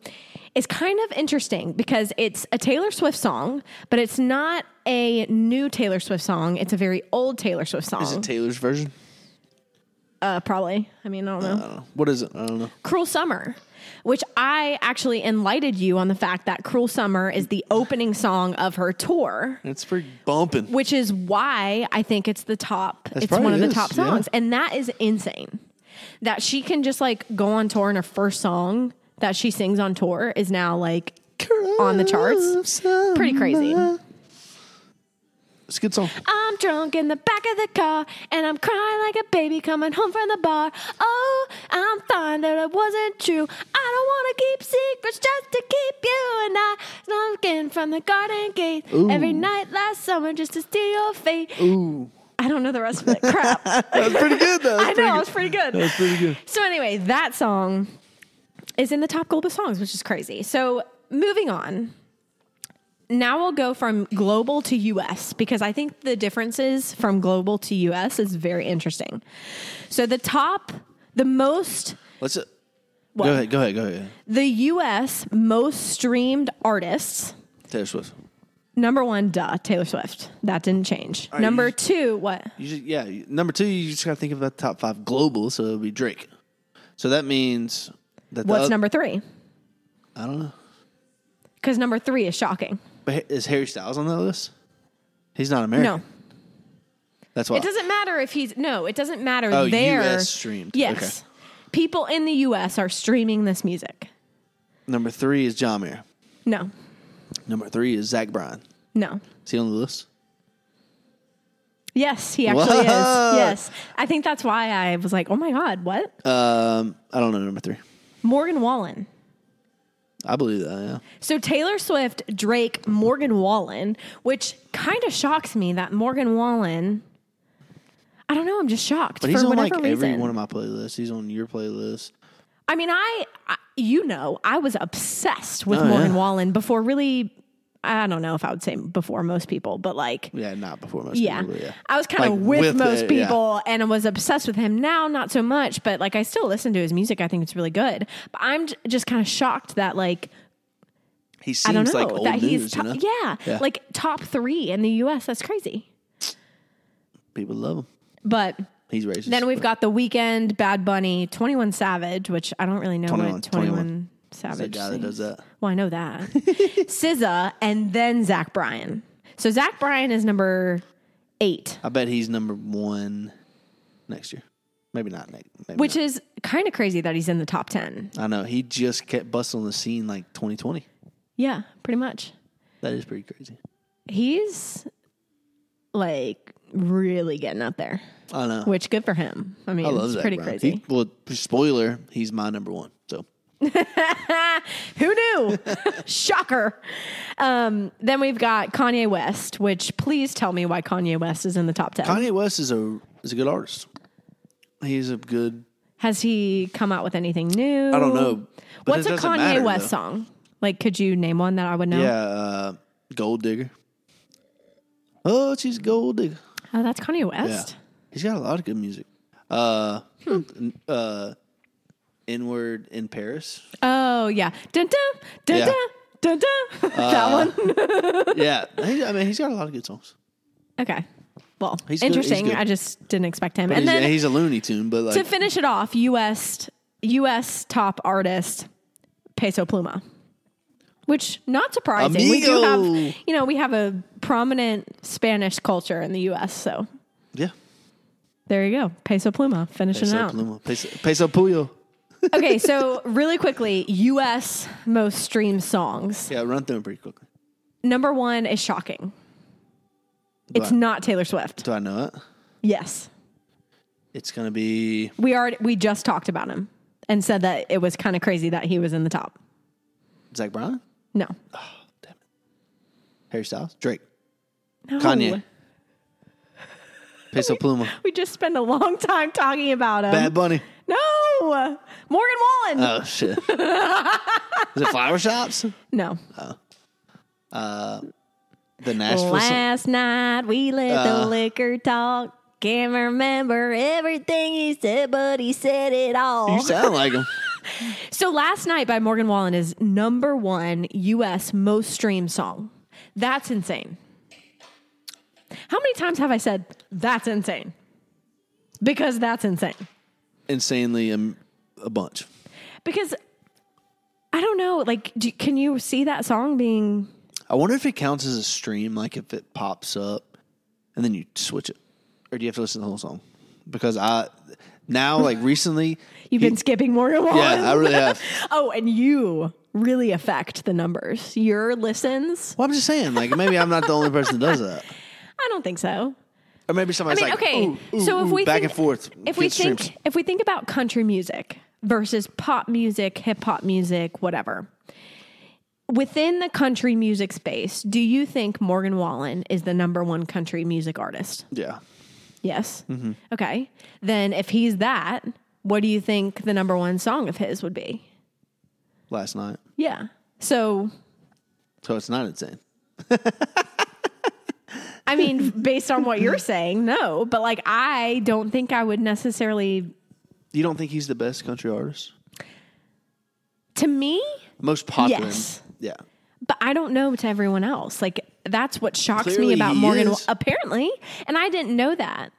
Speaker 2: is kind of interesting because it's a Taylor Swift song, but it's not a new Taylor Swift song. It's a very old Taylor Swift
Speaker 1: Is it
Speaker 2: song.
Speaker 1: Taylor's version?
Speaker 2: uh, probably. I mean, I don't know.
Speaker 1: I don't know. What is it? I don't know.
Speaker 2: Cruel Summer, which I actually enlighted you on the fact that Cruel Summer is the opening song of her tour.
Speaker 1: It's pretty bumping.
Speaker 2: which is why I think it's the top. it's
Speaker 1: probably
Speaker 2: one of the
Speaker 1: is,
Speaker 2: top
Speaker 1: yeah.
Speaker 2: songs, and that is insane. That she can just like go on tour and her first song that she sings on tour is now like on the charts. Pretty crazy.
Speaker 1: It's a good song.
Speaker 2: I'm drunk in the back of the car and I'm crying like a baby coming home from the bar. Oh, I'm fine that it wasn't true. I don't want to keep secrets just to keep you and I smoking from the garden gate every night last summer just to steal your fate.
Speaker 1: Ooh,
Speaker 2: I don't know the rest of it. Crap.
Speaker 1: [laughs] that's pretty good
Speaker 2: [laughs]
Speaker 1: though.
Speaker 2: I
Speaker 1: That's
Speaker 2: know, it was
Speaker 1: pretty
Speaker 2: pretty good.
Speaker 1: That's pretty good.
Speaker 2: So anyway, that song is in the top global songs, which is crazy. So moving on. Now we'll go from global to US because I think the differences from global to US is very interesting. So the top, the most
Speaker 1: good. Let's.
Speaker 2: what?
Speaker 1: Go ahead. Go ahead. Go ahead.
Speaker 2: the US most streamed artists.
Speaker 1: Taylor Swift.
Speaker 2: Number one, duh, Taylor Swift. That didn't change.
Speaker 1: you
Speaker 2: Number
Speaker 1: just-
Speaker 2: two, what?
Speaker 1: You just, yeah. you- Number two, you just got to think about the top five global. So it'll be Drake. So that means that the
Speaker 2: What's
Speaker 1: oth-
Speaker 2: number three?
Speaker 1: Uh, I don't know.
Speaker 2: Because number three is shocking.
Speaker 1: But Ha- is Harry Styles on that list? He's not American.
Speaker 2: No.
Speaker 1: That's why.
Speaker 2: It doesn't matter if he's no. It doesn't matter.
Speaker 1: Oh,
Speaker 2: there,
Speaker 1: US streamed.
Speaker 2: Yes, people in the U.S. are streaming this music.
Speaker 1: Number three is John Mayer.
Speaker 2: No,
Speaker 1: Number three is Zach Bryan.
Speaker 2: no.
Speaker 1: Is he on the list?
Speaker 2: Yes, he actually
Speaker 1: What?
Speaker 2: is. Yes, I think that's why I was like, oh my god, what?
Speaker 1: Um, I don't know. Number three.
Speaker 2: Morgan Wallen.
Speaker 1: I believe that. Yeah.
Speaker 2: So Taylor Swift, Drake, Morgan Wallen, which kind of shocks me that Morgan Wallen. I don't know. I'm just shocked
Speaker 1: But
Speaker 2: for
Speaker 1: he's on like
Speaker 2: whatever
Speaker 1: every
Speaker 2: reason.
Speaker 1: one of my playlists. He's on your playlist.
Speaker 2: I mean, I, I you know, I was obsessed with
Speaker 1: Oh,
Speaker 2: Morgan
Speaker 1: yeah.
Speaker 2: Wallen before really. I don't know if I would say before most people, but like,
Speaker 1: Yeah, not before most
Speaker 2: yeah,
Speaker 1: people. but Yeah.
Speaker 2: I was kind of
Speaker 1: Like,
Speaker 2: with,
Speaker 1: with
Speaker 2: most
Speaker 1: it, yeah.
Speaker 2: people and I was obsessed with him. Now, not so much, but like, I still listen to his music. I think it's really good. But I'm j- just kind of shocked that like
Speaker 1: He
Speaker 2: I don't
Speaker 1: seems
Speaker 2: know
Speaker 1: like old
Speaker 2: that
Speaker 1: news.
Speaker 2: he's
Speaker 1: you
Speaker 2: top,
Speaker 1: know?
Speaker 2: yeah,
Speaker 1: Yeah.
Speaker 2: like top three in the U.S. That's crazy.
Speaker 1: People love him.
Speaker 2: But
Speaker 1: He's racist.
Speaker 2: then we've got the weekend, Bad Bunny, Twenty One Savage, which I don't really know
Speaker 1: 21,
Speaker 2: what Twenty
Speaker 1: 21.
Speaker 2: One
Speaker 1: the
Speaker 2: Savage.
Speaker 1: guy that
Speaker 2: sings.
Speaker 1: does that.
Speaker 2: Well, I know that. [laughs] SZA and then Zach Bryan. So Zach Bryan is number eight,
Speaker 1: I bet he's number one next year. Maybe not next. Maybe
Speaker 2: which is kind of crazy that he's in the top 10.
Speaker 1: not. I know he just kept busting on the scene like 2020.
Speaker 2: Yeah, pretty much.
Speaker 1: That is pretty crazy.
Speaker 2: He's like really getting up there,
Speaker 1: I know.
Speaker 2: which good for him. I mean,
Speaker 1: I love
Speaker 2: it's
Speaker 1: Zach
Speaker 2: pretty
Speaker 1: Brown.
Speaker 2: crazy.
Speaker 1: He, well, spoiler, he's my number one. So
Speaker 2: Who knew? [laughs] Shocker. Um, then we've got Kanye West, which please tell me why Kanye West is in the top 10.
Speaker 1: Kanye West is a is a good artist. He's a good.
Speaker 2: Has he come out with anything new?
Speaker 1: I don't know. but
Speaker 2: What's
Speaker 1: it
Speaker 2: a
Speaker 1: doesn't
Speaker 2: Kanye
Speaker 1: matter,
Speaker 2: West
Speaker 1: though.
Speaker 2: song? Like, could you name one that I would know?
Speaker 1: Yeah, uh, Gold Digger. Oh, she's a Gold Digger.
Speaker 2: Oh, that's Kanye
Speaker 1: Yeah,
Speaker 2: West.
Speaker 1: he's got a lot of good music. Uh,
Speaker 2: Hmm.
Speaker 1: n- uh, Inward in Paris.
Speaker 2: Oh, yeah. Dun dun dun
Speaker 1: Yeah. Uh,
Speaker 2: dun [laughs] dun dun. that one.
Speaker 1: yeah, he- I mean, he's got a lot of good songs.
Speaker 2: Okay. well,
Speaker 1: He's good. He's
Speaker 2: interesting.
Speaker 1: good.
Speaker 2: I just didn't expect him.
Speaker 1: But
Speaker 2: [laughs] and
Speaker 1: he's,
Speaker 2: then
Speaker 1: he's a Looney Tune, but like
Speaker 2: to finish it off, U.S. U.S. top artist Peso Pluma, which not surprising. We do
Speaker 1: Amigo.
Speaker 2: have you know we have a prominent Spanish culture in the U.S. So
Speaker 1: yeah,
Speaker 2: there you go, Peso Pluma finishing
Speaker 1: Peso
Speaker 2: out.
Speaker 1: Pluma, Peso, Peso Puyo.
Speaker 2: okay, so really quickly, U.S. most streamed songs.
Speaker 1: Yeah, run through them pretty quickly.
Speaker 2: Number one is shocking.
Speaker 1: Do
Speaker 2: It's
Speaker 1: I,
Speaker 2: not Taylor Swift.
Speaker 1: Do I know it?
Speaker 2: Yes,
Speaker 1: It's gonna be
Speaker 2: we already we just talked about him and said that it was kind of crazy that he was in the top.
Speaker 1: Zach Bryan,
Speaker 2: No,
Speaker 1: Harry Styles, Drake,
Speaker 2: no.
Speaker 1: Kanye, Peso Pluma,
Speaker 2: We just spent a long time talking about him.
Speaker 1: Bad Bunny.
Speaker 2: No, Morgan Wallen.
Speaker 1: Oh shit! Is it flower shops?
Speaker 2: no.
Speaker 1: The Nashville. song?
Speaker 2: Last night we let
Speaker 1: Uh.
Speaker 2: the liquor talk. Can't remember everything he said, but he said it
Speaker 1: You
Speaker 2: all.
Speaker 1: sound like him.
Speaker 2: So, Last Night by Morgan Wallen is number one U.S. most streamed song. That's insane. How many times have I said, that's insane? Because that's insane.
Speaker 1: Insanely, um, a bunch.
Speaker 2: Because I don't know, like, do, can you see that song being
Speaker 1: I wonder if it counts as a stream, like if it pops up and then you switch it, or do you have to listen to the whole song? Because I now like recently,
Speaker 2: You've been skipping Morgan Wallen.
Speaker 1: yeah, I really
Speaker 2: [laughs]
Speaker 1: have.
Speaker 2: oh, and you really affect the numbers. Your listens?
Speaker 1: Well, I'm just saying, like maybe I'm not the only person that does that,
Speaker 2: I don't think so.
Speaker 1: or maybe somebody's
Speaker 2: I mean,
Speaker 1: like,
Speaker 2: okay.
Speaker 1: ooh, ooh,
Speaker 2: so if
Speaker 1: ooh,
Speaker 2: we
Speaker 1: back
Speaker 2: think,
Speaker 1: and forth,
Speaker 2: if we
Speaker 1: get
Speaker 2: think,
Speaker 1: streams.
Speaker 2: if we think about country music versus pop music, hip hop music, whatever. Within the country music space, do you think Morgan Wallen is the number one country music artist?
Speaker 1: yeah,
Speaker 2: Yes. Okay. Then if he's that, what do you think the number one song of his would be?
Speaker 1: last night,
Speaker 2: Yeah. So
Speaker 1: so it's not insane.
Speaker 2: I mean, [laughs] based on what you're saying, no. But like, I don't think I would necessarily.
Speaker 1: You don't think he's the best country artist,
Speaker 2: To me,
Speaker 1: most popular?
Speaker 2: Yes.
Speaker 1: Yeah,
Speaker 2: but I don't know to everyone else. Like, that's what shocks me
Speaker 1: Clearly
Speaker 2: about
Speaker 1: he
Speaker 2: Morgan.
Speaker 1: is.
Speaker 2: Apparently, and I didn't know that.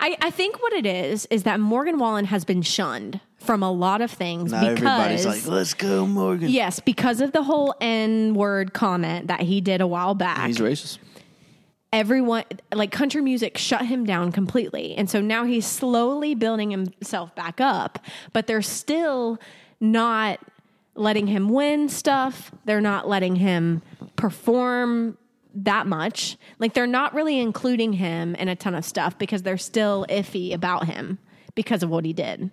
Speaker 2: I, I think what it is is that Morgan Wallen has been shunned from a lot of things
Speaker 1: now
Speaker 2: because
Speaker 1: everybody's like, let's go, Morgan.
Speaker 2: yes, because of the whole N word comment that he did a while back.
Speaker 1: He's racist.
Speaker 2: everyone like country music shut him down completely and so now he's slowly building himself back up but they're still not letting him win stuff they're not letting him perform that much like they're not really including him in a ton of stuff because they're still iffy about him because of what he did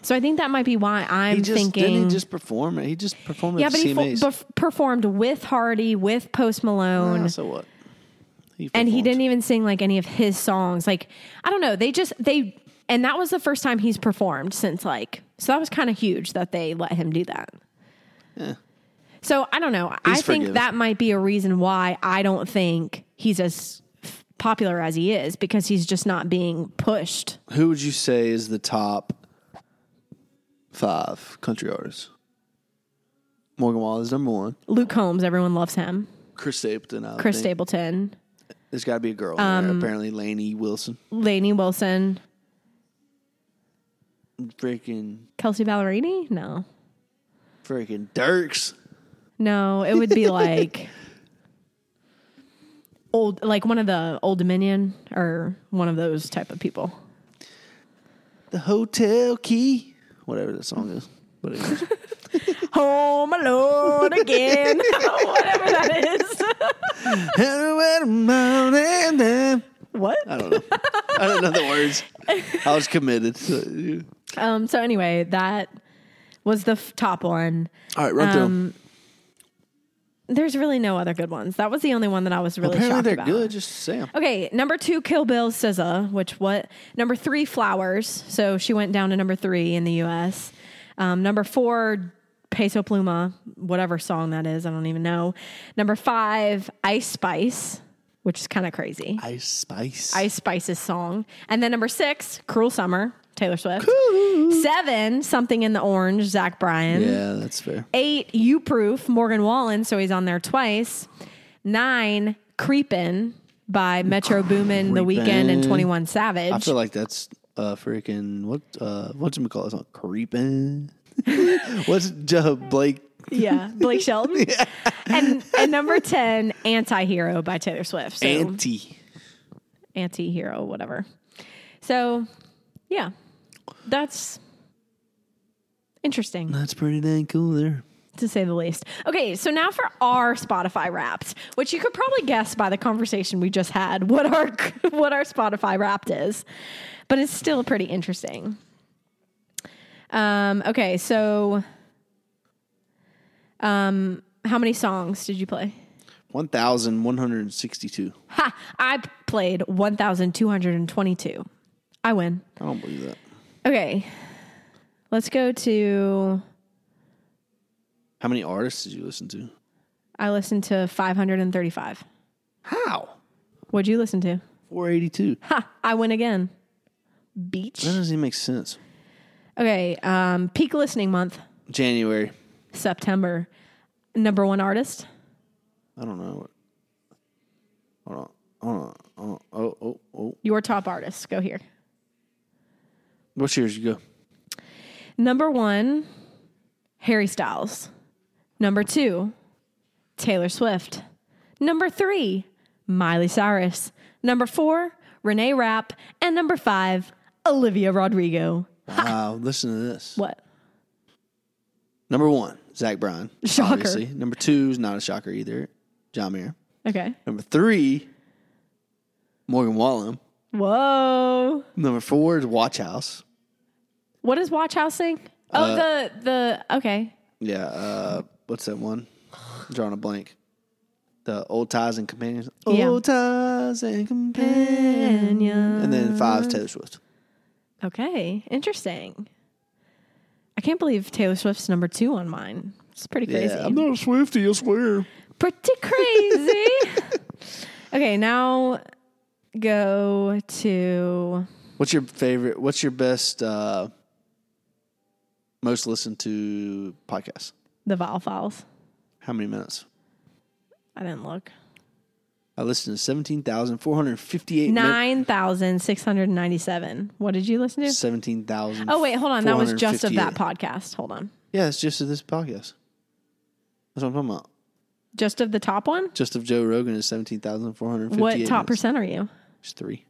Speaker 2: so i think that might be why i'm
Speaker 1: He just
Speaker 2: thinking
Speaker 1: didn't he just perform it. He just performed
Speaker 2: yeah
Speaker 1: at
Speaker 2: but he
Speaker 1: CMAs.
Speaker 2: fo- bef- performed with hardy with post malone
Speaker 1: Ah, so what? He
Speaker 2: and he
Speaker 1: performed.
Speaker 2: didn't even sing like any of his songs like i don't know they just they and that was the first time he's performed since like so that was kind of huge that they let him do that so i don't know i
Speaker 1: He's
Speaker 2: think
Speaker 1: forgiven.
Speaker 2: that might be a reason why i don't think he's as f- popular as he is because he's just not being pushed
Speaker 1: Who would you say is the top five country artists? Morgan Wallen is number one.
Speaker 2: luke combs everyone loves him
Speaker 1: Chris Stapleton. I would
Speaker 2: chris
Speaker 1: think.
Speaker 2: stapleton Um,
Speaker 1: There's got to be a girl. in there. Apparently, Lainey Wilson.
Speaker 2: laney wilson
Speaker 1: Freaking,
Speaker 2: kelsey ballerini no
Speaker 1: freaking Dirks.
Speaker 2: no it would be
Speaker 1: [laughs]
Speaker 2: like old like one of the old dominion or one of those type of people
Speaker 1: The hotel key. Whatever that song is. But anyways.
Speaker 2: home alone again [laughs] whatever that is what
Speaker 1: I don't know. I don't know the words. I was committed. So-
Speaker 2: um so anyway that was the f- top one
Speaker 1: All right, run
Speaker 2: Um,
Speaker 1: through 'em.
Speaker 2: there's really no other good ones that was the only one that i was really
Speaker 1: Apparently,
Speaker 2: shocked
Speaker 1: they're
Speaker 2: about.
Speaker 1: good. Just say 'em.
Speaker 2: Okay, number two, Kill Bill SZA, which what? Number three, Flowers. So she went down to number three in the U.S. Um, number four, Peso Pluma, whatever song that is, I don't even know. Number five, Ice Spice, which is kind of crazy.
Speaker 1: Ice Spice.
Speaker 2: Ice Spice's song, and then number six, Cruel Summer, Taylor Swift. Seven, Something in the Orange, Zach Bryan.
Speaker 1: Yeah, that's fair.
Speaker 2: Eight, You Proof, Morgan Wallen, so he's on there twice. Nine, Creepin, by Metro Boomin, The Weekend, and
Speaker 1: Creepin'.
Speaker 2: 21 Savage.
Speaker 1: I feel like that's uh freaking what uh what's it called? It's not creeping. [laughs] what's uh, Blake?
Speaker 2: yeah,
Speaker 1: [laughs]
Speaker 2: Blake Shelton. And and number 10, Anti-Hero by Taylor Swift. So
Speaker 1: Anti.
Speaker 2: anti-hero, whatever. So, yeah. That's interesting.
Speaker 1: That's pretty dang cool there.
Speaker 2: to say the least. Okay, so now for our Spotify Wrapped, which you could probably guess by the conversation we just had [laughs] what our what our Spotify Wrapped is, but it's still pretty interesting. Um, okay, so um, how many songs did you play?
Speaker 1: One thousand one hundred and sixty-two.
Speaker 2: Ha! I played one thousand two hundred and twenty-two. I win.
Speaker 1: I don't believe that.
Speaker 2: Okay, let's go to.
Speaker 1: How many artists did you listen to?
Speaker 2: I listened to five hundred and thirty-five.
Speaker 1: How?
Speaker 2: What'd you listen to?
Speaker 1: Four eighty-two.
Speaker 2: Ha, [laughs] I win again. Beach.
Speaker 1: That doesn't even make sense.
Speaker 2: Okay. Um, peak listening month,
Speaker 1: January.
Speaker 2: September. Number one artist.
Speaker 1: I don't know. Hold on. Hold on. Hold on. Oh, oh, oh.
Speaker 2: Your top artist. Go here.
Speaker 1: What's yours? You go.
Speaker 2: Number one, Harry Styles. Number two, Taylor Swift. Number three, Miley Cyrus. Number four, Renee Rapp. And number five, Olivia Rodrigo.
Speaker 1: Wow. Listen to this.
Speaker 2: What?
Speaker 1: Number one, Zach Bryan.
Speaker 2: Shocker.
Speaker 1: Obviously. Number two is not a shocker either. John Mayer.
Speaker 2: Okay.
Speaker 1: Number three, Morgan Wallen.
Speaker 2: Whoa.
Speaker 1: Number four is Watch House.
Speaker 2: What does Watch House sing? Oh, the the okay.
Speaker 1: Yeah. Uh, what's that one? I'm drawing a blank. The Old Ties and Companions.
Speaker 2: Yeah.
Speaker 1: Old Ties and Companions. And then five, Taylor Swift.
Speaker 2: Okay, interesting. I can't believe Taylor Swift's number two on mine. It's pretty crazy.
Speaker 1: Yeah, I'm not a Swifty, I swear.
Speaker 2: pretty
Speaker 1: [laughs]
Speaker 2: crazy. okay, now go to
Speaker 1: What's your favorite? What's your best, uh, most listened to podcast?
Speaker 2: the Vile Files.
Speaker 1: How many minutes?
Speaker 2: I didn't look.
Speaker 1: I listened to 17,458 minutes.
Speaker 2: Nine thousand six hundred ninety-seven. What did you listen to?
Speaker 1: 17,000.
Speaker 2: Oh wait, hold on. That was just of that podcast. Hold on,
Speaker 1: Yeah, it's just of this podcast. That's what I'm talking about.
Speaker 2: just of the top one.
Speaker 1: Just of Joe Rogan is 17,458.
Speaker 2: What top
Speaker 1: minutes.
Speaker 2: percent are you?
Speaker 1: It's three.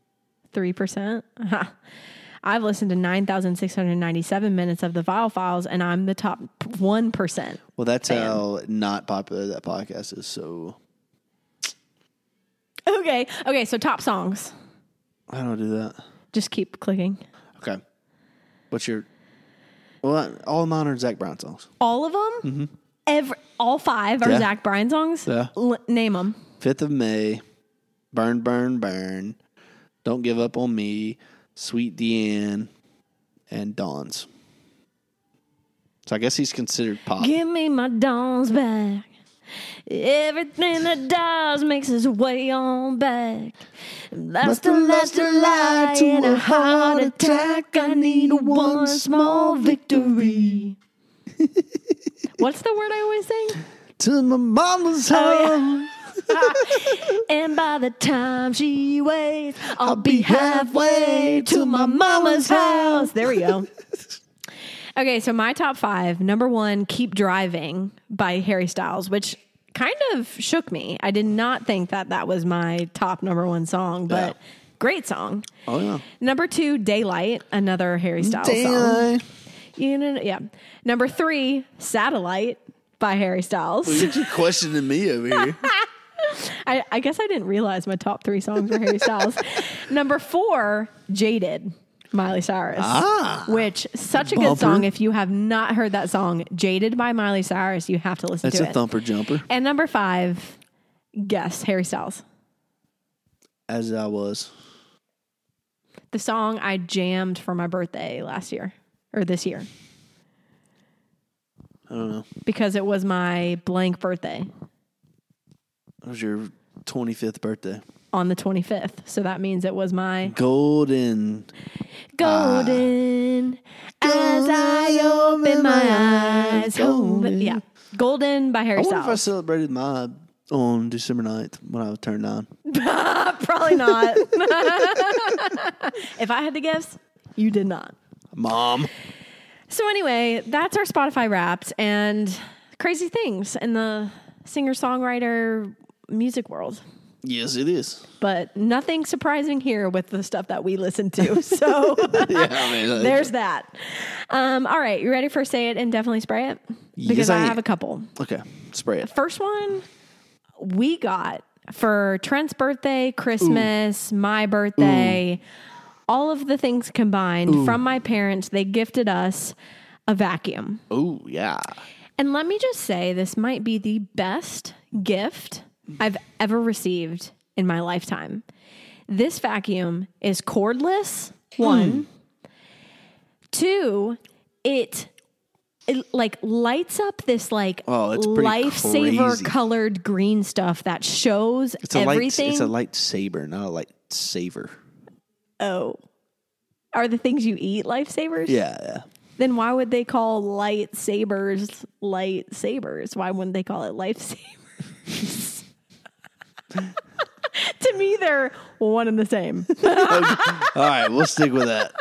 Speaker 2: three percent. [laughs] I've listened to nine thousand six hundred ninety-seven minutes of the Vile Files, and I'm the top one percent.
Speaker 1: Well, that's how not popular that podcast is. So
Speaker 2: Okay, okay. So top songs.
Speaker 1: I don't do that.
Speaker 2: Just keep clicking.
Speaker 1: Okay. What's your. Well, all mine are Zach Brown songs.
Speaker 2: All of them. Every all five are
Speaker 1: Mm-hmm. Yeah.
Speaker 2: Zach Bryan songs.
Speaker 1: Yeah.
Speaker 2: L- name them.
Speaker 1: 5th of May, Burn, Burn, Burn, Don't Give Up on Me, Sweet Deanne, and Dawn's. So I guess he's considered pop.
Speaker 2: Give me my dolls back. Everything that dies makes its way on back. That's the last lie in a heart attack. I need one small victory. [laughs] What's the word I always sing?
Speaker 1: To my mama's
Speaker 2: Oh,
Speaker 1: home,
Speaker 2: And by the time she waits, I'll be halfway to my mama's house. There we go. [laughs] okay, so my top five. Number one, Keep Driving by Harry Styles, which kind of shook me. I did not think that that was my top number one song, but
Speaker 1: Yeah.
Speaker 2: great song.
Speaker 1: Oh, yeah.
Speaker 2: Number two, Daylight, another Harry Styles song.
Speaker 1: Daylight.
Speaker 2: You know, yeah. Number three, Satellite by Harry Styles.
Speaker 1: You keep questioning me
Speaker 2: [laughs]
Speaker 1: over here.
Speaker 2: I, I guess I didn't realize my top three songs were
Speaker 1: [laughs]
Speaker 2: Harry Styles. Number four, Jaded, Miley Cyrus.
Speaker 1: Ah.
Speaker 2: Which such a
Speaker 1: Bumper.
Speaker 2: good song. If you have not heard that song, Jaded by Miley Cyrus, you have to listen
Speaker 1: That's
Speaker 2: to
Speaker 1: a
Speaker 2: it.
Speaker 1: thumper jumper,
Speaker 2: And number five, guess Harry Styles.
Speaker 1: as I was.
Speaker 2: The song I jammed for my birthday last year or this year
Speaker 1: I don't know.
Speaker 2: because it was my blank birthday
Speaker 1: It was your 25th birthday.
Speaker 2: on the 25th. So that means it was my
Speaker 1: Golden. Ah.
Speaker 2: golden as I open my eyes.
Speaker 1: Golden.
Speaker 2: Yeah. Golden by Harry
Speaker 1: I wonder if I
Speaker 2: Styles.
Speaker 1: celebrated my on December 9th when I turned nine.
Speaker 2: Probably not. if I had to guess, you did not.
Speaker 1: Mom.
Speaker 2: So anyway, that's our Spotify Wrapped and crazy things in the singer songwriter music world.
Speaker 1: Yes, it is.
Speaker 2: But nothing surprising here with the stuff that we listen to. So
Speaker 1: [laughs] Yeah, I mean, uh,
Speaker 2: there's that. Um, all right, you ready for say it and definitely spray it? Because
Speaker 1: Yes, I
Speaker 2: I
Speaker 1: am.
Speaker 2: have a couple.
Speaker 1: okay. Spray it.
Speaker 2: First one we got for Trent's birthday, Christmas, my birthday, all of the things combined from my parents, they gifted us a vacuum.
Speaker 1: Oh yeah.
Speaker 2: And let me just say, this might be the best gift I've ever received in my lifetime. This vacuum is cordless, one.
Speaker 1: Hmm.
Speaker 2: Two, it, it like lights up this like
Speaker 1: Oh, it's pretty
Speaker 2: lifesaver
Speaker 1: crazy.
Speaker 2: colored green stuff that shows
Speaker 1: It's a
Speaker 2: everything.
Speaker 1: light. It's a lightsaber, not a lightsaber.
Speaker 2: oh. Are the things you eat lifesavers?
Speaker 1: Yeah, [laughs] yeah.
Speaker 2: Then why would they call lightsabers lightsabers? Why wouldn't they call it lifesavers? [laughs] to me, they're one and the same.
Speaker 1: All right, we'll stick with that.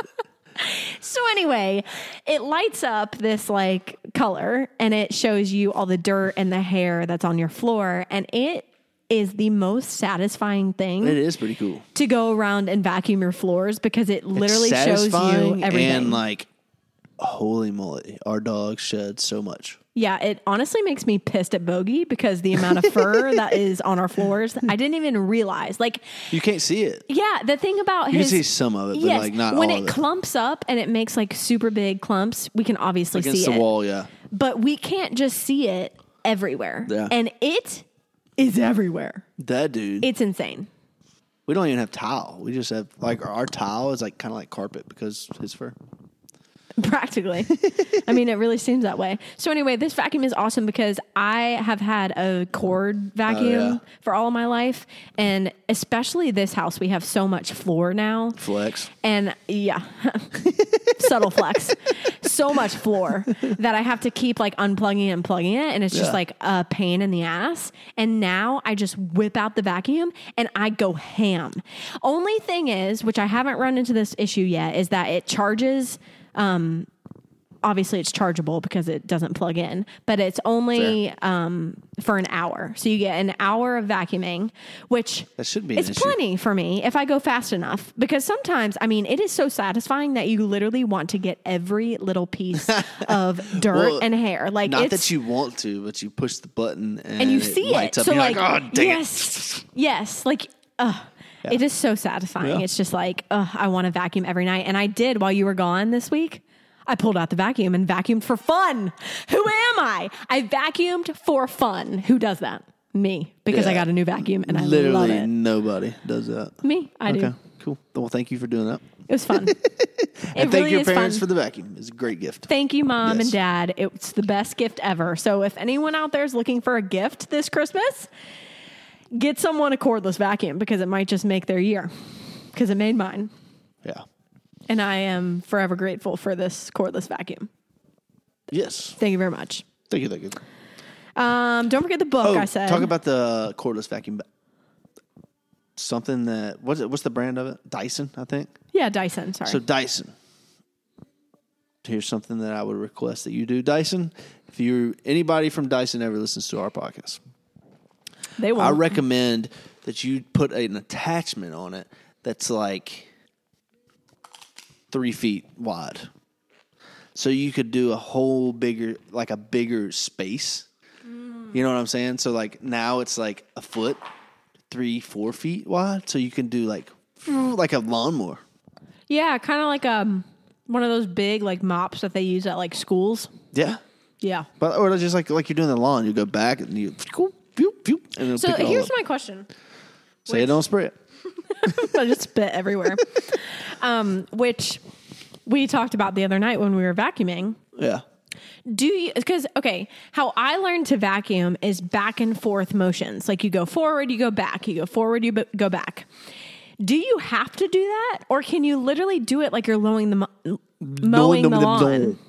Speaker 2: so, anyway, it lights up this like color and it shows you all the dirt and the hair that's on your floor. And it is the most satisfying thing
Speaker 1: It is pretty cool.
Speaker 2: to go around and vacuum your floors because it literally shows you
Speaker 1: Satisfying
Speaker 2: everything.
Speaker 1: and like, holy moly, our dog shed so much.
Speaker 2: Yeah, it honestly makes me pissed at Bogey because the amount
Speaker 1: [laughs]
Speaker 2: of fur that is on our floors, I didn't even realize. Like,
Speaker 1: You can't see it.
Speaker 2: yeah, the thing about
Speaker 1: You
Speaker 2: his
Speaker 1: can see some of it, but
Speaker 2: yes,
Speaker 1: like not
Speaker 2: when
Speaker 1: all
Speaker 2: it
Speaker 1: of it.
Speaker 2: clumps up and it makes like super big clumps, we can obviously
Speaker 1: Against
Speaker 2: see
Speaker 1: the
Speaker 2: it,
Speaker 1: wall, yeah.
Speaker 2: but we can't just see it everywhere.
Speaker 1: Yeah. Mm.
Speaker 2: And it is everywhere.
Speaker 1: That dude.
Speaker 2: It's insane.
Speaker 1: we don't even have tile. We just have like our tile is like kind of like carpet because his fur.
Speaker 2: [laughs] practically. I mean, it really seems that way. So anyway, this vacuum is awesome because I have had a cord vacuum
Speaker 1: yeah.
Speaker 2: for all of my life, and especially this house, we have so much floor now.
Speaker 1: Flex.
Speaker 2: And yeah, [laughs] subtle flex. So much floor that I have to keep like unplugging and plugging it. And it's just
Speaker 1: Yeah.
Speaker 2: like a pain in the ass. And now I just whip out the vacuum and I go ham. Only thing is, which I haven't run into this issue yet, is that it charges. Um, obviously, it's chargeable because it doesn't plug in, but it's only um, for an hour. So you get an hour of vacuuming, which
Speaker 1: That should be an
Speaker 2: it's
Speaker 1: issue.
Speaker 2: plenty for me if I go fast enough because sometimes I mean it is so satisfying that you literally want to get every little
Speaker 1: [laughs]
Speaker 2: piece of dirt
Speaker 1: Well,
Speaker 2: and hair. Like
Speaker 1: Not
Speaker 2: it's,
Speaker 1: that you want to, but you push the button and,
Speaker 2: and you
Speaker 1: it
Speaker 2: see it.
Speaker 1: lights up.
Speaker 2: So
Speaker 1: and you're
Speaker 2: like,
Speaker 1: like, oh dang
Speaker 2: yes, yes, like. Ugh. It is so satisfying.
Speaker 1: Yeah.
Speaker 2: It's just like, ugh, I want to vacuum every night. And I did while you were gone this week. I pulled out the vacuum and vacuumed for fun. Who am I? I vacuumed for fun. Who does that? Me. Because I
Speaker 1: Yeah.
Speaker 2: got a new vacuum and I
Speaker 1: it.
Speaker 2: love
Speaker 1: Literally
Speaker 2: it.
Speaker 1: nobody does that.
Speaker 2: Me. I do.
Speaker 1: Okay, cool. Well, thank you for doing that. [laughs]
Speaker 2: It was fun. it
Speaker 1: And
Speaker 2: really
Speaker 1: thank your
Speaker 2: is
Speaker 1: parents
Speaker 2: fun.
Speaker 1: for the vacuum. It's a great gift.
Speaker 2: Thank you, mom
Speaker 1: Yes.
Speaker 2: and dad. It's the best gift ever. So if anyone out there is looking for a gift this Christmas, get someone a cordless vacuum because it might just make their year. Because it made mine,
Speaker 1: yeah.
Speaker 2: and I am forever grateful for this cordless vacuum.
Speaker 1: Yes.
Speaker 2: Thank you very much.
Speaker 1: Thank you. Thank you.
Speaker 2: Um, don't forget the book
Speaker 1: Oh,
Speaker 2: I said.
Speaker 1: talk about the cordless vacuum. ba- Something that what's it? What's the brand of it? Dyson, I think.
Speaker 2: yeah, Dyson. Sorry.
Speaker 1: So Dyson. Here's something that I would request that you do, Dyson. If you anybody from Dyson ever listens to our podcast,
Speaker 2: they
Speaker 1: I
Speaker 2: won't.
Speaker 1: recommend that you put an attachment on it that's like three feet wide. So you could do a whole bigger, like a bigger space.
Speaker 2: Mm.
Speaker 1: You know what I'm saying? So like now it's like a foot, three, four feet wide. So you can do like, like a lawnmower.
Speaker 2: yeah, kind of like um one of those big like mops that they use at like schools.
Speaker 1: Yeah.
Speaker 2: Yeah.
Speaker 1: But or just like like you're doing the lawn, you go back and you, and it'll
Speaker 2: So
Speaker 1: pick it all
Speaker 2: here's
Speaker 1: up.
Speaker 2: my question.
Speaker 1: Say it, don't spray it.
Speaker 2: I just spit everywhere. um, which we talked about the other night when we were vacuuming.
Speaker 1: Yeah.
Speaker 2: Do you, because, okay, how I learned to vacuum is back and forth motions. Like you go forward, you go back, you go forward, you b- go back. Do you have to do that? Or can you literally do it like you're mowing the, mo- mowing the,
Speaker 1: Mowing the
Speaker 2: lawn?
Speaker 1: lawn.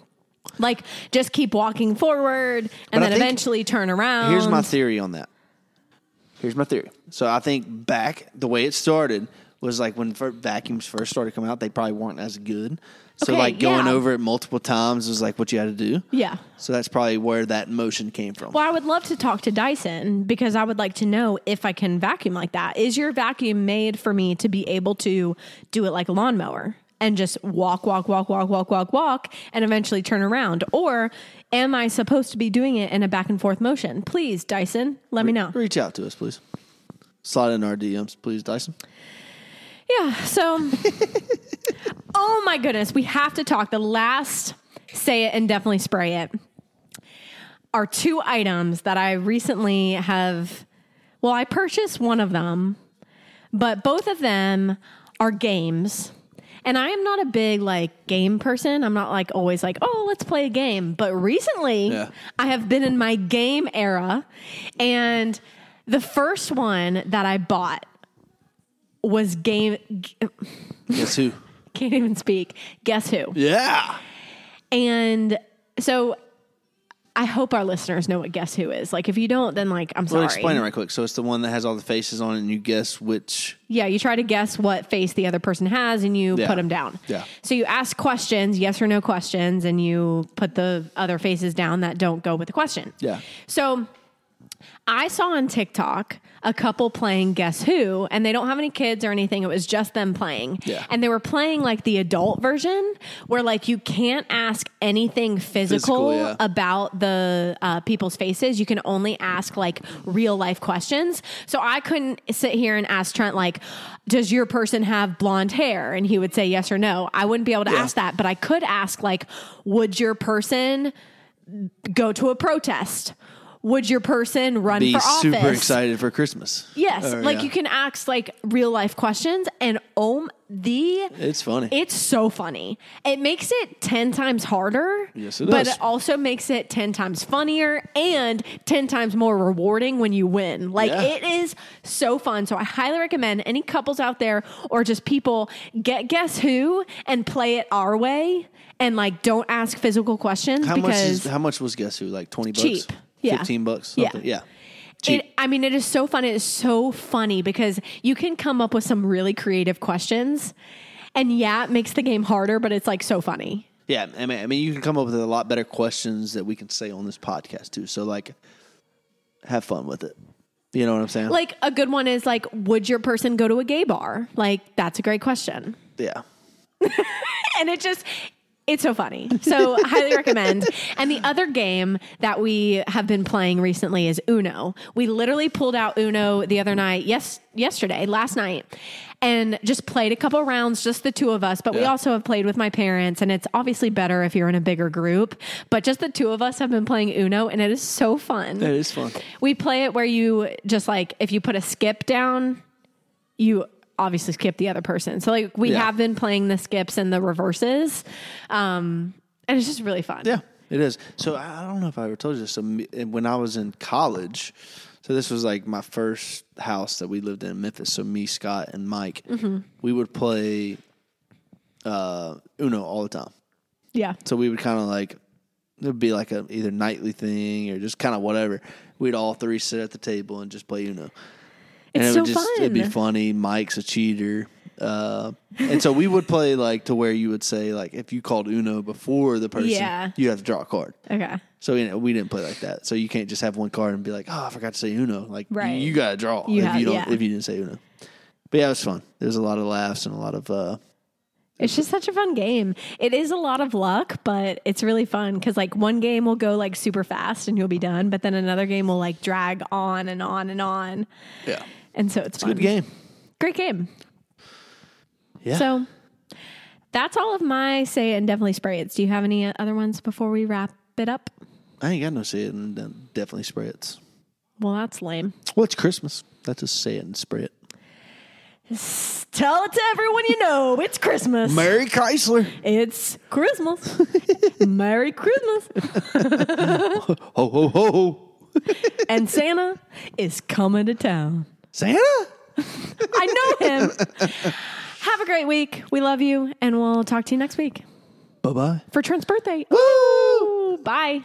Speaker 2: Like just keep walking forward and
Speaker 1: I
Speaker 2: then
Speaker 1: think-
Speaker 2: eventually turn around.
Speaker 1: Here's my theory on that. Here's my theory. So I think back the way it started was like when fir- vacuums first started coming out, they probably weren't as good. So
Speaker 2: Okay,
Speaker 1: like going
Speaker 2: yeah.
Speaker 1: over it multiple times was like what you had to do.
Speaker 2: Yeah.
Speaker 1: So that's probably where that motion came from.
Speaker 2: Well, I would love to talk to Dyson because I would like to know if I can vacuum like that. Is your vacuum made for me to be able to do it like a lawnmower and just walk, walk, walk, walk, walk, walk, walk, and eventually turn around? Or am I supposed to be doing it in a back and forth motion? Please, Dyson, let me know.
Speaker 1: Reach out to us, please. Slide in our DMs, please, Dyson.
Speaker 2: Yeah. So, oh my goodness, we have to talk. The last say it and definitely spray it are two items that I recently have. Well, I purchased one of them, but both of them are games. And I am not a big like game person. I'm not like always like, oh, let's play a game. But recently,
Speaker 1: Yeah.
Speaker 2: I have been in my game era. And the first one that I bought was game
Speaker 1: Guess who? [laughs]
Speaker 2: can't even speak guess who
Speaker 1: yeah.
Speaker 2: and so i hope our listeners know what guess who is like if you don't then like i'm sorry
Speaker 1: Well, explain it right quick. So it's the one that has all the faces on, it and you guess which.
Speaker 2: yeah you try to guess what face the other person has and you
Speaker 1: Yeah.
Speaker 2: put them down
Speaker 1: Yeah.
Speaker 2: so you ask questions yes or no questions and you put the other faces down that don't go with the question
Speaker 1: Yeah.
Speaker 2: So I saw on TikTok a couple playing Guess Who, and they don't have any kids or anything. It was just them playing.
Speaker 1: Yeah.
Speaker 2: And they were playing like the adult version where like you can't ask anything physical,
Speaker 1: Physical, yeah.
Speaker 2: about the uh, people's faces. You can only ask like real life questions. So I couldn't sit here and ask Trent, like, does your person have blonde hair? And he would say yes or no. I wouldn't be able to
Speaker 1: Yeah.
Speaker 2: ask that, but I could ask, like, would your person go to a protest? Would your person run
Speaker 1: Be
Speaker 2: for office?
Speaker 1: super excited for Christmas.
Speaker 2: Yes,
Speaker 1: Or,
Speaker 2: like
Speaker 1: yeah.
Speaker 2: you can ask like real life questions, and oh, m- the
Speaker 1: It's funny.
Speaker 2: it's so funny. It makes it ten times harder.
Speaker 1: Yes, it
Speaker 2: but
Speaker 1: does.
Speaker 2: it also makes it ten times funnier and ten times more rewarding when you win. Like
Speaker 1: Yeah.
Speaker 2: it is so fun. So I highly recommend any couples out there or just people get guess who and play it our way and like don't ask physical questions
Speaker 1: How much
Speaker 2: because
Speaker 1: is how much was guess who? Like twenty bucks,
Speaker 2: Cheap. Yeah.
Speaker 1: fifteen bucks,
Speaker 2: Yeah.
Speaker 1: something. yeah, cheap.
Speaker 2: It, I mean, it is so fun. It is so funny because you can come up with some really creative questions. And yeah, it makes the game harder, but it's like so funny.
Speaker 1: yeah, I mean, I mean, you can come up with a lot better questions that we can say on this podcast too. So like, have fun with it. You know what I'm saying?
Speaker 2: Like a good one is like, would your person go to a gay bar? Like, that's a great question.
Speaker 1: yeah,
Speaker 2: [laughs] and it just it's so funny. So highly
Speaker 1: [laughs]
Speaker 2: recommend. And the other game that we have been playing recently is Uno. We literally pulled out Uno the other night, yes yesterday, last night, and just played a couple rounds, just the two of us. But we
Speaker 1: Yeah.
Speaker 2: also have played with my parents, and it's obviously better if you're in a bigger group. But just the two of us have been playing Uno and it is so fun.
Speaker 1: it is fun.
Speaker 2: We play it where you just like if you put a skip down, you obviously skip the other person. So like we
Speaker 1: Yeah.
Speaker 2: have been playing the skips and the reverses, um, and it's just really fun.
Speaker 1: Yeah, it is. So I I don't know if I ever told you this. So me- and when I was in college, so this was like my first house that we lived in in Memphis. So me, Scott, and Mike,
Speaker 2: Mm-hmm.
Speaker 1: we would play uh, Uno all the time.
Speaker 2: yeah,
Speaker 1: So we would kind of like it would be like a either nightly thing or just kind of whatever. We'd all three sit at the table and just play Uno. And
Speaker 2: It's
Speaker 1: it would
Speaker 2: so
Speaker 1: just it'd be
Speaker 2: fun.
Speaker 1: funny. Mike's a cheater. Uh, and so we would play like to where you would say like if you called Uno before the person,
Speaker 2: Yeah.
Speaker 1: you have to draw a card.
Speaker 2: okay,
Speaker 1: So you know, we didn't play like that. So you can't just have one card and be like, "Oh, I forgot to say Uno." Like
Speaker 2: Right.
Speaker 1: you, you got to draw
Speaker 2: You
Speaker 1: if
Speaker 2: have-
Speaker 1: you don't
Speaker 2: yeah.
Speaker 1: if you didn't say Uno. But yeah, it was fun. There was a lot of laughs and a lot of uh,
Speaker 2: it's just such a fun game. It is a lot of luck, but it's really fun because like one game will go like super fast and you'll be done, but then another game will like drag on and on and on,
Speaker 1: yeah,
Speaker 2: and so it's, fun.
Speaker 1: good game.
Speaker 2: Great game.
Speaker 1: Yeah.
Speaker 2: So that's all of my say it and definitely spray it. Do you have any other ones before we wrap it up?
Speaker 1: I ain't got no say it and then definitely spray it.
Speaker 2: Well, that's lame.
Speaker 1: Well, it's Christmas. That's just say it and spray it.
Speaker 2: Tell it to everyone you [laughs] know. It's Christmas.
Speaker 1: Mary Chrysler.
Speaker 2: it's Christmas. [laughs] Merry Christmas.
Speaker 1: Ho ho ho ho.
Speaker 2: And Santa is coming to town.
Speaker 1: Santa.
Speaker 2: I know [laughs] him. Have a great week. We love you, and we'll talk to you next week
Speaker 1: Bye bye.
Speaker 2: for Trent's birthday.
Speaker 1: Woo!
Speaker 2: Bye.